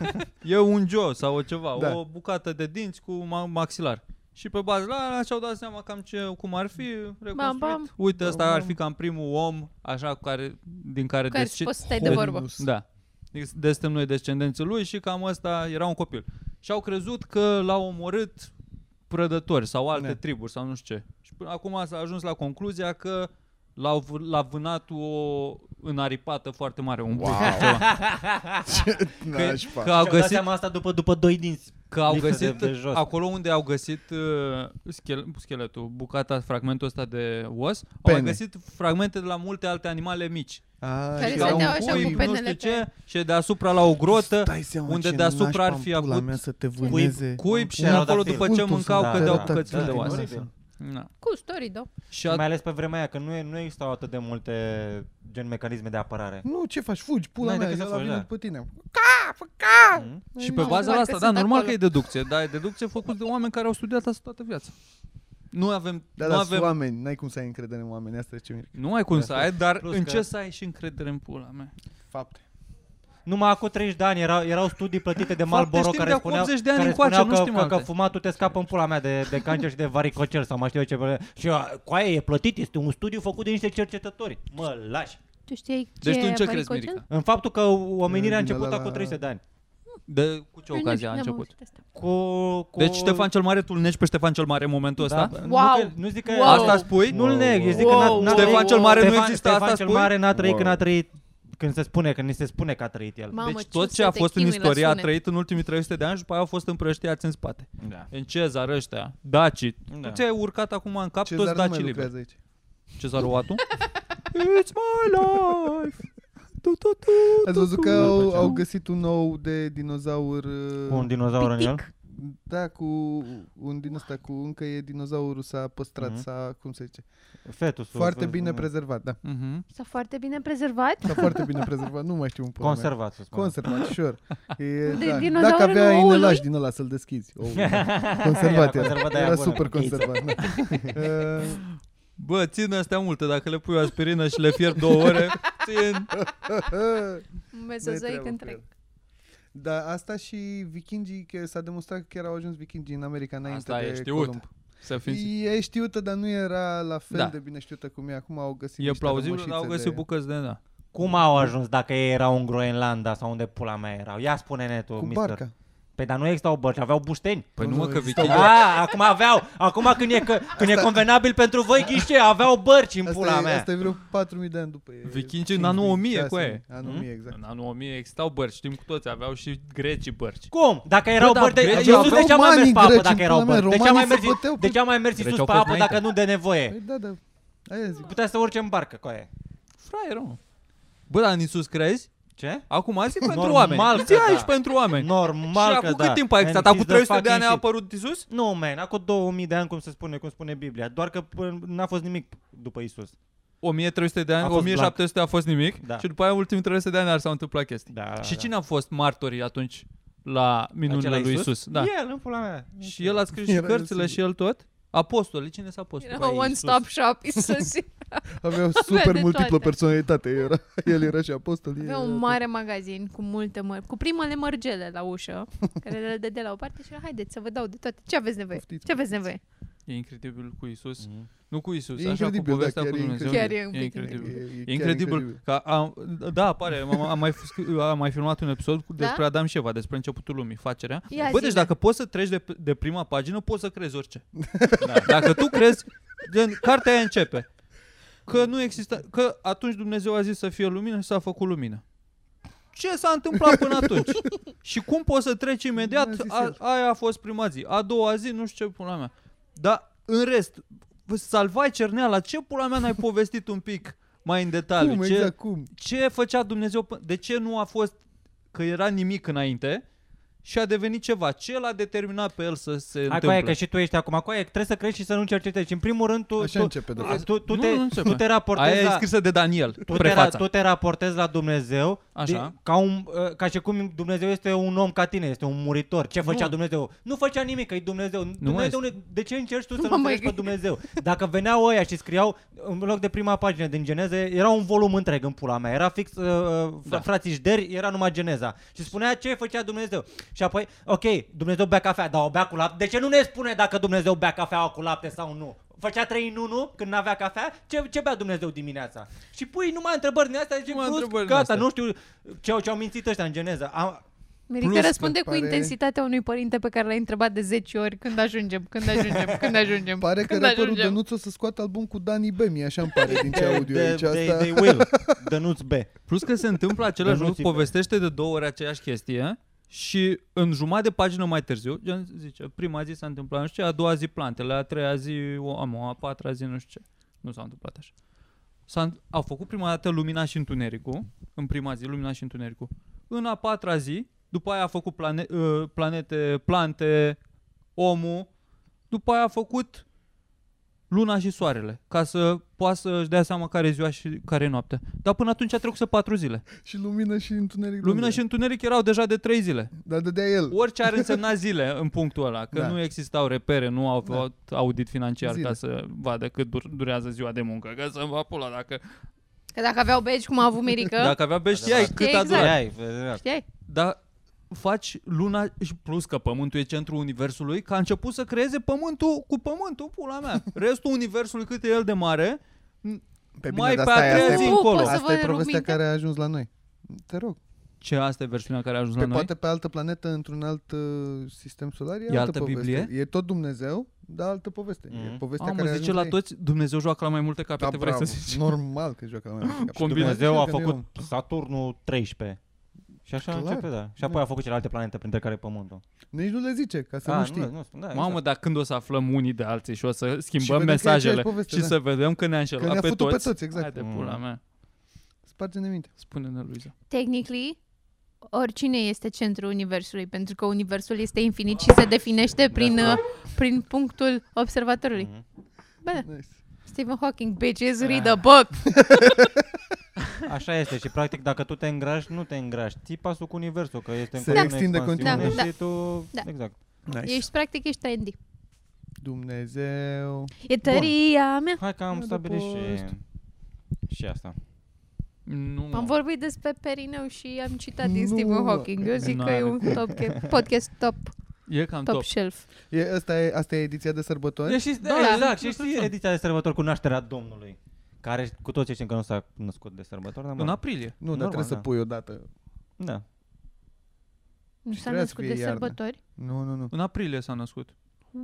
C: e un jo sau o ceva,
D: Da.
C: o bucată de dinți cu ma- maxilar. Și pe bază la alea și-au dat seama cam ce, cum ar fi reconstruit.
A: Bam, bam.
C: Uite,
D: Bam,
C: ăsta
D: bam.
C: ar fi cam primul om, așa, cu care, din care,
A: Cu care
C: desce-
A: poți să stai de vorbă.
D: Hominus.
C: da. Deci Suntem noi descendenții lui și cam ăsta era un copil. Și au crezut că l-au omorât prădători sau alte
D: Da.
C: triburi sau nu știu ce. Și până acum s-a ajuns la concluzia că l-au v- l-a vânat o înaripată foarte mare. Un wow. că,
D: Nașpa.
C: că, au
B: Și-au dat
C: găsit,
B: seama asta după, după doi dinți.
C: că au
B: lipsă
C: găsit
B: de, de jos.
C: acolo unde au găsit uh, schel, scheletul, bucata, fragmentul ăsta de os, au
D: Pene.
C: mai găsit fragmente de la multe alte animale mici. Deci
D: Ah,
A: Care
D: și
C: Și
A: se
D: la un
A: dea așa
D: cui-
A: cu
C: nu
A: penele
C: știu
A: pe-
C: ce, și deasupra la o grotă,
D: Stai seama
C: unde
D: ce
C: deasupra ar
D: nașpa
C: fi
D: în pula
C: avut
D: mea să te
B: cuib-
D: vâneze.
C: cuib și
B: Un
C: acolo
B: rodafil.
C: după ce
D: Cultul
C: mâncau
D: sunt
C: cădeau
D: arătat,
C: bucățile
D: da,
C: de
D: din
C: oase.
D: asta.
C: Na.
A: Cu story, da.
C: Și
B: Și mai
C: a,
B: ales pe vremea aia, că nu, e, nu existau atât de multe gen mecanisme de apărare.
D: Nu, ce faci? Fugi, pula
B: N-ai
D: mea,
B: decât să
D: ăla
B: fugi,
D: vine
B: da.
D: după tine.
B: Mm?
C: și pe
A: Nu,
C: baza
A: doar
C: asta,
A: că
C: da,
A: sunt
C: normal
A: acolo.
C: că e deducție, da, e deducție făcută de oameni care au studiat asta toată viața. Nu avem,
D: Da,
C: nu
D: dar sunt
C: avem,
D: oameni, n-ai cum să ai încredere în oameni, asta e ce mi
C: nu ai cum să ai, dar
B: Plus
C: în
B: că-
C: ce să ai și încredere în pula mea?
D: Fapte.
B: Numai acum 30 de ani erau, erau studii plătite de
C: Fapte
B: Marlboro
C: știm
B: care
C: de acum
B: spuneau,
C: 80 de ani
B: care
C: încoace,
B: spuneau
C: nu
B: că,
C: știm
B: că, că
C: alte.
B: fumatul te scapă în pula mea de, de cancer și de varicocel sau mai știu eu ce. Și eu, coaie, e plătit, este un studiu făcut de niște cercetători. Mă, lași.
A: Tu știai
C: Deci
A: ce Păi
C: tu în ce
A: e
C: crezi,
A: varicocel?
C: Mirica?
B: În faptul că omenirea a
D: Din
B: început
D: ăla la-
B: acum 300 de ani.
C: De, cu ce
A: Eu Păi nu
C: ocazie a
A: știu, n-am
C: început?
A: auzit asta.
B: Cu, cu...
C: Deci Ștefan cel Mare, tu îl negi pe Ștefan cel Mare în momentul
B: da,
C: ăsta?
B: Nu, că,
A: Wow.
B: nu zic că
A: Wow.
C: Asta spui?
B: Nu-l neg, eu zic
A: Wow.
B: că n-a, n-a
A: Ștefan
B: trăit-
A: cel Mare nu
B: Ștefan-
C: există,
B: Ștefan
C: asta
B: cel
C: spui?
B: Mare n-a trăit
E: Wow.
B: când a trăit când se spune, când ni se spune că a trăit el.
A: Mamă,
C: deci
A: ce
C: tot
A: să
C: ce a
A: te
C: fost în
A: chinui la
C: istorie a
A: sunet.
C: trăit în ultimii 300 de ani și după aia au fost împrăștiați în spate.
B: Da.
C: În Cezar ăștia, Daci.
B: Da.
C: Tu ți-ai urcat acum în cap
D: Ce
C: toți
D: dar nu
C: Daci
D: mai
C: liberi.
D: lucrează aici.
C: Cezarul Oatu? It's my life! Tu, tu, tu,
D: Ați
C: tu,
D: văzut
C: tu.
D: că au, au găsit un nou de dinozaur... uh,
B: Cu un dinozaur în el?
D: Da, cu un din ăsta, cu încă e dinozaurul, s-a păstrat,
B: Mhm.
D: s-a, cum se zice,
B: Fetus.
D: foarte bine prezervat, da.
C: Mhm.
A: S-a foarte bine prezervat.
D: S-a foarte bine prezervat, nu mai știu un pula mea.
B: Conservat, să spunem.
D: Conservat, sure. E,
A: De
D: da.
A: dinozaurul
D: Dacă avea
A: oului?
D: inelaș din ăla să-l deschizi. Oul, da. Conservat
B: Era
D: era,
B: conservat,
D: era,
B: aia
D: era
B: bună.
D: super conservat. Da. Uh,
C: Bă, țin astea multe, dacă le pui o aspirină și le fierb două ore, țin.
D: uh,
A: Mezozoic
D: treabă cu
A: întreg.
D: el. Dar asta și vikingii, că s-a demonstrat că chiar au ajuns vikingii în America înainte
C: Asta
D: de
C: e știut.
D: Columb.
C: Să fim sin-
D: E știută, dar nu era la fel
C: Da.
D: de bine știută cum e. Acum au găsit
C: E
D: niște
C: plauzibil,
D: rămășițe
C: dar au
D: de...
C: găsit bucăți de da.
B: Cum au ajuns dacă ei erau în Groenlanda sau unde pula mea erau? Ia spune-ne tu,
D: cu
B: mister.
D: barca.
B: Păi dar nu existau bărci, aveau bușteni.
C: Păi
D: Nu,
C: nu mă
D: nu,
C: că
D: existau
C: vikingii...
B: Da, acum aveau, acum când e, că, când e convenabil pentru voi, ghiște, aveau bărci în pula
D: asta, e,
B: mea.
D: asta e vreo 4.000 de ani după e.
C: Vikingii în anul 1000 cu aia.
D: 6.000, Anul 1000, exact.
C: În anul 1000 existau bărci, știm cu toți, aveau și grecii bărci.
B: Cum? Dacă erau
C: da,
B: bărci, de,
C: grecii
B: Iisus
D: aveau
B: de ce a mai
D: banii
B: mers pe apă
D: greci
B: dacă
D: în
B: erau
D: pula mea,
B: bărci? De ce a mai
D: romanii se
B: mers,
D: puteau
B: de ce a mai mers
C: Deci
B: Iisus
C: au
B: pe
C: fost
B: apă
C: înainte.
B: dacă nu de nevoie?
D: Păi da, da. Aia zic.
B: Putea să urce în barcă, coaie.
C: Fraier, mă. Bă, dar în Iisus crezi?
B: Ce?
C: Acum zic pentru
B: Normal că
C: oameni. Zi
B: da.
C: aici pentru oameni.
B: Normal
C: și
B: că
C: acum
B: da.
C: cât timp a existat?
B: And
C: Acum
B: he's the
C: 300 de ani a
B: fucking shit.
C: apărit Isus?
B: Nu, man, acum 2000 de ani, cum se spune, cum spune Biblia. Doar că până- n-a fost nimic după Isus.
C: 1300 de ani,
B: A fost
C: 1700 a fost nimic
B: Da.
C: și după aia ultimii 300 de ani ar s-au întâmplat chestii.
B: Da, da,
C: și
B: da.
C: cine a fost martorii atunci la minunile
B: Acela
C: lui
B: Iisus?
C: Isus? Da.
B: El, în pula mea.
C: Și el a scris și
D: Era
C: cărțile
D: Iisus.
C: și el tot? Apostoli, cine s-a apostol?
A: Era one stop shop, Iisus.
D: Avea
A: de
D: super
A: toate.
D: multiplă personalitate. Era, el era și apostol.
A: Avea un mare magazin cu multe măr, cu primele mărgele la ușă, care le dădea la o parte și era, haideți să vă dau de toate. Ce aveți nevoie?
D: Poftiți,
A: Ce aveți nevoie?
C: E incredibil cu Isus.
B: Mhm.
C: Nu cu Isus,
D: E
C: așa cu
D: incredibil, da,
C: povestea
D: chiar
C: cu
D: e
C: Dumnezeu.
A: incredibil. Chiar e
C: E
A: incredibil.
C: incredibil.
D: E
C: E incredibil. Că am, da, apare, am, am, mai, fus- am mai filmat un episod cu
A: Da?
C: despre Adam și Eva, despre începutul lumii, facerea.
A: Ia
C: Bă, deci
A: zi-ne.
C: dacă poți să treci de, de prima pagină, poți să crezi orice. Da. Dacă tu crezi, gen, cartea aia începe. Că nu există, că atunci Dumnezeu a zis să fie lumină și s-a făcut lumină. Ce s-a întâmplat până atunci? și cum poți să treci
D: Nu a
C: imediat?
D: zis
C: A,
D: el.
C: aia a fost prima zi. A doua zi, nu știu ce pula mea. Dar, în rest, vă salvai cerneala, ce pula mea n-ai povestit un pic mai în detaliu?
D: Cum,
C: Da, ce,
D: exact cum?
C: ce făcea Dumnezeu, pă- de ce nu a fost că era nimic înainte și a devenit ceva? Ce l-a determinat pe el să se
B: Hai, coaie, că
C: întâmple?
B: și tu ești acum, coaie, trebuie să crești și să nu cercetezi. Și în primul rând, tu,
D: Așa
B: tu,
D: începe, de fapt.
B: tu, tu,
C: Nu,
B: te,
C: nu începe.
B: tu te raportezi
C: Aia e
B: la,
C: scrisă de Daniel,
B: tu te, ra-
C: prefața.
B: tu te raportezi la Dumnezeu
C: Așa.
B: ca, un, uh, ca și cum Dumnezeu este un om ca tine, este un muritor. Ce făcea
C: Nu.
B: Dumnezeu? Nu făcea nimic, că e Dumnezeu. Dumnezeu
C: mai
B: ne- de ce încerci tu să nu
A: Mamă,
B: înțelegi
A: e-
B: pe Dumnezeu? Dacă veneau ăia și scriau, în loc de prima pagină din Geneze, era un volum întreg în pula mea. Era fix uh, fr-
C: Da.
B: frații Jderi, era numai Geneza. Și spunea ce făcea Dumnezeu. Și apoi, ok, Dumnezeu bea cafea, dar o bea cu lapte. De ce nu ne spune dacă Dumnezeu bea cafea cu lapte sau nu? Făcea trei în 1 când n-avea cafea? Ce, ce bea Dumnezeu dimineața? Și pui numai întrebări din astea și
C: Numai
B: brusc,
C: întrebări din
B: gata,
C: astea.
B: nu știu ce au, ce au mințit ăștia în geneză. Am,
A: Merită
C: Plus că
A: răspunde cu
D: pare-
A: intensitatea unui părinte pe care l-ai întrebat de 10 ori când ajungem, când ajungem, când ajungem.
D: Pare că
A: când
D: rapărul
A: ajungem.
D: Dănuț o să scoată album cu Dani B. Mie așa îmi pare din ce audio
B: de,
D: aici.
B: de,
D: Asta...
B: de, Will, de nu-ți B.
C: Plus că se întâmplă același lucru,
B: Dănuți-vă.
C: povestește de două ori aceeași chestie și în jumătate de pagină mai târziu, gen zice, prima zi s-a întâmplat nu știu ce, a doua zi plantele, a treia zi omul, a patra zi nu știu ce. Nu s-a întâmplat așa. S-a, înt- au făcut prima dată lumina și întunericul, în prima zi lumina și întunericul. În a patra zi, după aia a făcut plane, ă, uh, planete, plante, omul, după aia a făcut luna și soarele, ca să poată să-și dea seama care e ziua și care e noaptea. Dar până atunci a trecut să patru zile.
D: Și lumină și întuneric.
C: Lumină și întuneric erau deja de trei zile.
D: Dar dădea el.
C: Orice ar însemna zile în punctul ăla, că
D: Da.
C: nu existau repere, nu au avut audit financiar
D: Zile.
C: ca să vadă cât dur- durează ziua de muncă, că să-mi va pula dacă,
A: Că dacă aveau beci, cum a avut Mirică,
D: Da.
C: dacă avea bani știai
B: Adevărat.
C: cât a
A: Da. Exact.
C: durat.
B: Ia, exact.
A: știai?
C: Dar faci luna și plus că pământul e centrul universului, că a început să creeze pământul cu pământul, pula mea. Restul universului cât e el de mare,
D: Pe bine,
C: Mai
D: dar
C: pe a
D: stai,
C: treia
D: asta
C: zi.
D: e,
C: încolo.
A: poți să
D: asta
A: vă
D: e
A: rog
D: povestea
A: minte?
D: care a ajuns la noi. Te rog.
C: ce asta e versiunea care a ajuns
D: Pe
C: la
D: poate pe altă planetă, într-un alt uh, sistem solar, e,
C: E altă
D: poveste.
C: Biblie?
D: E tot Dumnezeu, dar altă poveste. E
B: Mhm.
D: povestea
C: noi? Am,
D: care a
C: zice
D: ajuns
C: la
D: ei.
C: toți, Dumnezeu joacă la mai multe
D: Da,
C: capete, vrei
D: bravo.
C: să zici.
D: Normal că joacă la mai multe capete.
C: Cum Bine,
B: Dumnezeu a
D: Știu că nu e om.
B: făcut Saturnul 13. Și așa
D: Clar.
B: începe, da. Și apoi a făcut celelalte planete, printre care Pământul.
D: Nici nu le zice, ca să
B: Ah,
D: nu știi.
B: nu spun, da,
C: Mamă,
B: exact.
C: dar când o să aflăm unii de alții și o să
D: Și
C: schimbăm
D: vedem că e
C: mesajele
D: aceeași poveste,
C: și
D: da.
C: să vedem că ne-a înșelat
D: Că ne-a
C: pe,
D: făcut
C: toți.
D: pe toți, exact.
C: Haide, pula
B: Mm.
C: mea.
D: Sparge de minte.
C: Spune-ne, Luiza.
A: Technically, oricine este centrul universului, pentru că universul este infinit și se definește prin,
D: Da.
A: uh, prin punctul observatorului.
B: Mhm.
A: Bă,
D: Nice.
A: Stephen Hawking, bitches,
D: Ah,
A: read a book!
B: Așa este și practic dacă tu te îngrași, nu te îngrași. Ții pasul cu universul, că este în
D: Se
B: continuă
D: extinde
B: expansiune
A: continuu. Da,
B: și tu...
A: da.
B: Exact.
D: nice.
A: Ești, practic, ești trendy.
D: Dumnezeu.
A: E tăria mea!
B: Hai că am
D: Mă
B: stabilit
D: duc
B: și...
D: post.
B: Și asta.
C: Nu.
A: Am vorbit despre Perineu și am citat din
D: Nu.
A: Stephen Hawking. Eu zic că e
C: N-are
A: un top, podcast top,
C: E cam
A: top
C: top.
A: shelf.
D: E, asta, e, asta e ediția de sărbători?
C: Deci,
B: E și, da,
A: Da,
B: exact, și
C: nu știu
B: știi
C: ce.
B: ediția de sărbători cu nașterea Domnului. Care cu toți știm că nu s-a născut de sărbători, dar mă
C: În
B: rog.
C: aprilie.
D: nu, dar
B: normal,
D: trebuie să
B: da.
D: pui odată.
B: Da.
A: Nu
D: Și
A: s-a
D: trebuia să
A: născut
D: fie
A: de
D: iarnă.
A: sărbători?
D: Nu, nu, nu.
C: În aprilie s-a născut.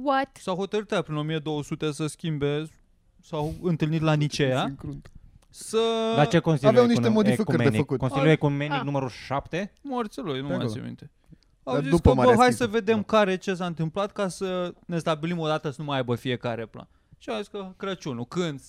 A: What?
C: S-au hotărât aia prin 1200 să schimbe, s-au întâlnit la Nicea,
D: Sunt crunt.
C: să...
B: La ce consiliu
D: Da. aveau niște
B: econom-
D: modificări de
B: ecumenic?
D: făcut.
B: Consiliul
C: Ah.
B: ecumenic
A: Ah.
B: numărul 7?
C: Morți lui, nu
D: Pe
C: mai
D: acolo.
C: țin minte. Au
D: Dar
C: zis
D: după
C: că,
D: Marea
C: bă, hai să
D: Schimbă.
C: vedem
D: Da.
C: care ce s-a întâmplat ca să ne stabilim o dată să nu mai aibă fiecare plan. Și au zis că Crăciunul, când?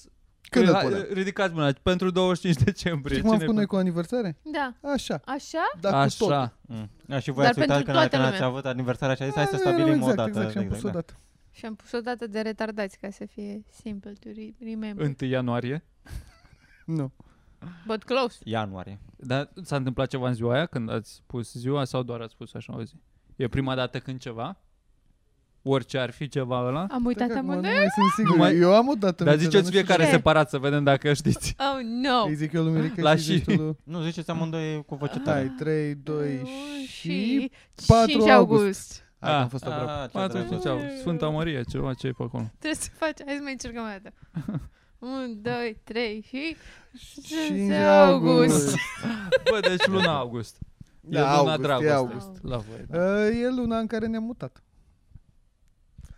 D: Când îl
C: Ri-
D: punem?
C: Ridicați mâna, pentru 25 decembrie.
D: Știi cum am
C: Păi Cine-
D: făcut noi cu aniversare?
A: Da.
D: Așa,
A: Așa?
D: dar cu tot.
C: Așa.
B: Mm. Da, și voi
A: Dar
B: ați uitat
A: pentru
B: că n-
A: toată
B: că n-ați
A: lumea. Mm,
B: avut aniversarea și a zis hai să
D: Ah,
B: stabilim
D: exact,
B: o dată.
D: Exact, și am pus
B: da.
D: odată.
A: Și am pus o dată de retardați ca să fie simple to re- remember.
C: 1 ianuarie.
D: Nu.
A: But close.
B: Ianuarie.
C: Dar s-a întâmplat ceva în ziua aia când ați pus ziua sau doar ați pus așa o zi? E prima dată când ceva? Orice ar fi ceva ăla?
A: Am uitat
D: Cred că acum
A: amândoi?
D: Nu mai sunt sigur.
C: Nu mai-
D: Eu am o dată.
C: Dar
D: în
C: ziceți
D: minte, dar nu
C: fiecare
A: ce.
C: separat să vedem dacă știți.
A: Oh, no!
D: știu. Îi zic eu lui Mirica
C: La
D: și
C: și- Da.
D: zici tu lui-
B: Nu, ziceți amândoi cu voce tare.
D: Hai, 3, 2
A: Uh,
D: și... 4
A: 5 august.
D: Hai, că
C: Ah.
D: am fost aproape.
B: Ah, ce drăguț.
C: 45 august, Sfânta Marie, ceva ce e pe acolo.
A: Trebuie să faci. Hai să mai încercăm o dată. 1, 2, 3 și...
D: 5
A: august.
C: Bă, deci luna august.
D: Da,
C: E luna
D: august,
C: dragostei.
D: e august.
C: La voi. Da.
D: Uh, e luna în care ne-am mutat.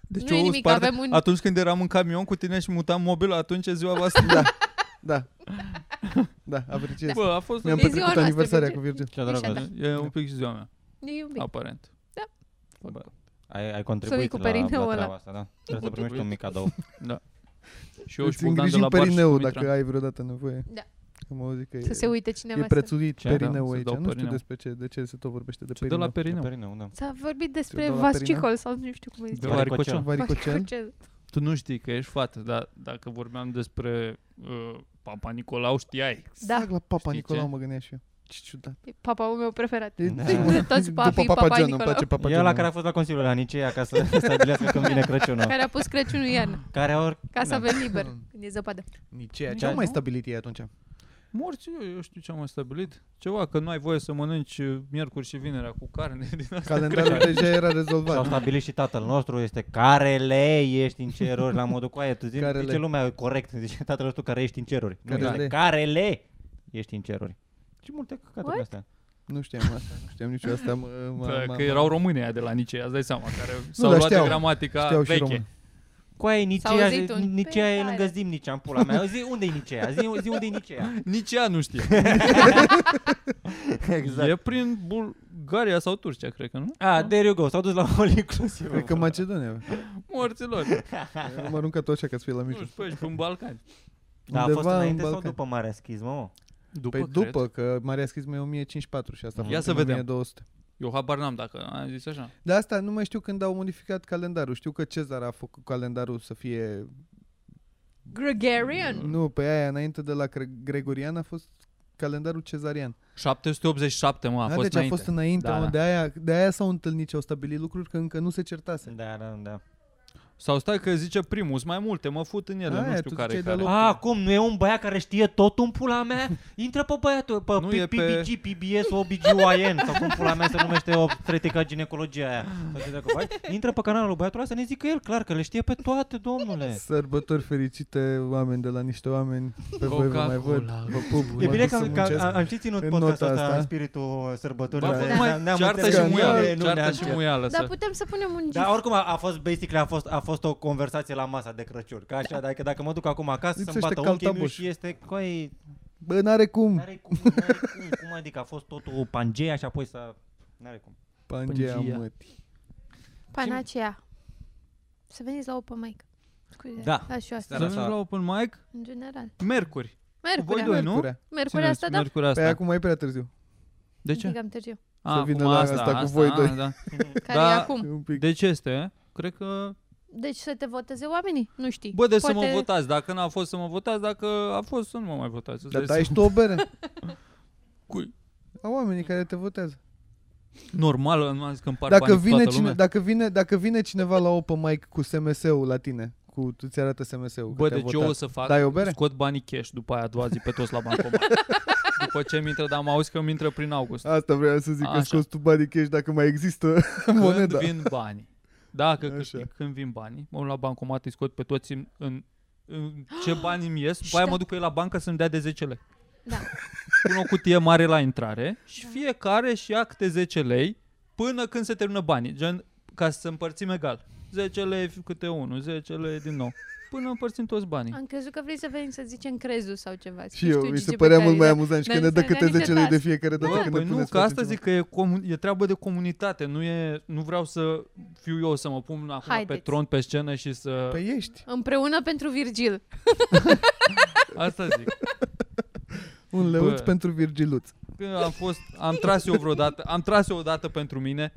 C: Deci
A: Nu e
C: eu
A: nimic,
C: spart-
A: avem un-
C: Atunci când eram în camion cu tine și mutam mobil, atunci e ziua voastră. da.
D: Da. Da, apreciez.
C: Bă, a fost...
D: Mi-am
A: E ziua
D: petrecut
A: noastră,
D: aniversarea
A: Virgil.
D: cu Virgil.
B: Ce drăguț.
A: Așa da.
C: E un pic și ziua mea,
A: Ne iubim.
C: aparent.
A: Da.
B: Bă, Ai, ai contribuit
A: cu
B: la, la
A: perinteul ăla.
B: treaba asta, da? Trebuie să primești un mic cadou.
C: Și eu și
D: Îți
C: Bogdan de la
D: îngrijim
C: Bar și
D: perineu
C: Dumitra.
D: dacă ai vreodată nevoie.
A: Da.
D: Că mă auzi că
A: Să
D: e,
A: se uite
D: e
A: cineva să...
D: prețuit
B: Ce? Da,
D: perineu
C: se
D: aici.
C: dau
D: Nu știu
C: perineu.
D: despre ce, de ce se tot vorbește de
C: Se dă la
D: perineu.
C: perineu.
B: Perineu, da.
A: S-a vorbit despre
D: dau la
A: vascicol sau nu știu cum îi
C: De
A: zice.
B: la varicocel.
C: varicocel.
D: Varicocel?
A: Varicocel.
C: Tu nu știi că ești fată, dar dacă vorbeam despre uh, Papa Nicolau, știai.
A: Da.
D: Sag la Papa
C: Știi
D: Nicolau
C: ce?
D: mă gândeam și eu. Ce ciudat.
A: E papaul meu preferat.
D: E-
B: Da.
D: sigur,
A: Toți papii,
D: După
A: Papa
D: Papa John, îmi
A: Nicolau.
D: place Papa
B: E ăla
D: John.
B: care a fost la Consiliul la Nicea ca să stabilească când vine
D: Da.
B: Crăciunul.
A: Care a pus Crăciunul iarnă.
B: Care ori...
A: Ca să
B: da.
A: avem liber când e zăpadă.
D: Nicea, ce
C: Nicea,
D: au mai
C: nu?
D: stabilit ei atunci?
C: Morți, eu, eu știu ce am mai stabilit. Ceva, că nu ai voie să mănânci uh, miercuri și vinerea cu carne din asta.
D: Calendarul deja era rezolvat.
B: S-au stabilit și tatăl nostru, este care le ești în ceruri, la modul cu aia, tu zici,
D: Care le.
B: zice lumea corect, zice tatăl nostru care ești în ceruri. Nu,
D: Care
B: este
D: le.
B: care le ești în ceruri. Și multe căcaturi
A: What?
B: de astea.
D: Nu știam asta, nu știam nici eu asta. Mă, mă,
C: Da,
D: mă,
C: că erau români aia de la Nicea, îți dai seama, care s-au
D: dar
C: luat de
D: știau.
C: gramatica
D: știau și
C: veche.
D: român.
B: Cu aia e Nicea,
A: auzit un
B: Nicea e
A: pe
B: lângă
A: care.
B: Zimnicea, în pula mea. Zi unde e Nicea, zi, zi unde e Nicea.
C: Nici ea nu știe.
B: exact.
C: E prin Bulgaria sau Turcia, cred că, nu?
B: A, there you go, s-au dus la all inclusiv.
D: Cred că Macedonia.
C: Morților.
D: Mă aruncă tot așa că să fie la
C: nu
D: mijloc.
C: știu, pe aici, în Balcani.
B: Da, a
D: Undeva
B: fost
D: în
B: înainte sau
D: Balcani.
B: după Marea Schismă, mă?
C: După,
D: Păi
C: cred.
D: după, că Maria Schismă e 1504 și asta a
B: Ia
D: fost
C: să
D: în
C: vedem.
D: 1200.
C: Eu habar n-am dacă am zis așa.
D: De asta nu mai știu când au modificat calendarul. Știu că Cezar a făcut calendarul să fie
A: Gregarian.
D: Nu, pe aia înainte de la Gre- Gregorian a fost calendarul cezarian.
C: 787, mă, a
D: da,
C: fost
D: deci
C: înainte.
D: a fost înainte,
C: Da,
D: da,
C: da.
D: De, aia, de aia s-au întâlnit și au stabilit lucruri că încă nu se certase.
B: Da, da, da.
C: Sau stai că zice primus, mai multe, mă fut în ele,
D: Aia,
C: nu știu
D: tu
C: care
D: ziceai de
C: care.
D: loc.
B: A, cum? Nu e un băiat care știe tot un pula mea? Intră pe băiatul, pe,
C: Nu
B: nu
C: e
B: pe
C: pe-
B: PBG, PBS, OBGYN sau cum pula mea se numește o tretica ginecologia aia. Sau ce dracu, vai? Intră pe canalul băiatului ăla să ne zică el clar că le știe pe toate, domnule.
D: Sărbători fericite, oameni de la niște oameni. Pe voi vă mai văd.
C: Coca-Cola.
D: Vă pup,
B: E
D: mă
B: bine
D: duc
B: că
D: să
B: am, că am,
D: muncesc.
B: am și ținut
D: În
B: podcastul
D: nota
B: ăsta
D: asta.
B: în spiritul sărbătorilor.
C: Bă,
B: Ne-
C: mai
B: ne-am
C: ceartă
B: înțeles.
C: și
D: că
C: muială,
B: Nu
C: ceartă
B: ne-am
C: și
B: certat.
C: muială.
A: Dar
C: să-
A: Da, putem să punem un gif.
C: Da,
B: Dar oricum a, a fost basically a fost, a fost o conversație la masa de Crăciun. Ca așa,
C: Da.
B: dacă, dacă mă duc acum acasă să-mi
D: Lipsește Mm.
B: bată un chimiu
D: caltabuș.
B: și este coi,
D: Bă, n-are cum.
B: n-are cum, n-are cum, cum adică a fost totul Pangea și apoi să n-are cum.
D: Pangea,
C: Pangea.
D: măti.
A: Panacea. Să veniți la open mic. Scuze,
B: Da.
A: La și eu asta,
C: Să
B: Seara
C: mergem
B: sau-
C: la open mic,
A: în general.
C: miercuri.
A: Mercurea.
C: doi, nu?
D: Mercurea.
A: Mercurea asta, da?
C: Miercuri asta.
D: Pe Păi acum e prea târziu.
C: De
A: Un
C: ce?
A: pic Cam târziu.
C: A,
D: vină
C: acum
D: la asta cu voi
C: a,
D: doi.
C: Da.
A: Care
C: Da.
A: e acum?
D: E un pic.
C: Deci este, cred că...
A: Deci să te voteze oamenii? Nu știi.
C: Bă, de să mă votați. Dacă n-a fost să mă votați, dacă a fost să nu mă mai votați. Îți
D: Dar
C: dai
D: dai și tu o bere.
C: Cui?
D: A oamenii care te votează.
C: Normal, nu am zis că împart
D: Dacă
C: banii cu
D: vine,
C: toată
D: cine, da,
C: lumea.
D: dacă, vine, dacă vine cineva la open mic cu SMS-ul la tine, cu tu ți arată SMS-ul.
C: Bă,
D: că te-a
C: deci eu
D: votat.
C: o să fac,
D: Dai o bere?
C: scot banii cash după aia a doua zi pe toți la bancomat. după ce mi intră, dar am auzit că mi intră prin august.
D: Asta vreau să zic,
C: Așa.
D: că scoți tu banii cash dacă mai există
C: Când
D: moneda.
C: vin banii. Dacă
D: Așa.
C: câștig, când vin banii, mă duc la bancomat, îi scot pe toți în, în, în ce bani îmi ies, după aia mă duc cu ei la bancă să-mi dea de 10 lei.
A: Da.
C: Pun o cutie mare la intrare și
D: Da.
C: fiecare și ia câte 10 lei până când se termină banii, gen ca să împărțim egal. 10 lei câte unul, 10 lei din nou. Până împărțim toți banii.
A: Am crezut că vrei să venim să zicem crezul sau ceva.
D: Și eu, mi se părea mult mai amuzant și
A: dar
D: că ne dă
A: nici
D: câte
A: nici
D: 10 lei de
A: taxe.
D: fiecare dată
C: Bă,
D: când
C: păi
D: ne
C: nu,
D: puneți
C: că asta
D: facem
C: zic că e, comun, e treabă de comunitate, nu, e, nu vreau să fiu eu să mă pun acum pe
A: Haideți.
C: tron, pe scenă și să...
D: ceva. Păi ești.
A: da. Împreună pentru Virgil.
C: Asta zic.
D: Un leuț
C: Bă.
D: pentru Virgiluț.
C: Că am fost, am tras eu vreodată, am tras eu odată pentru mine.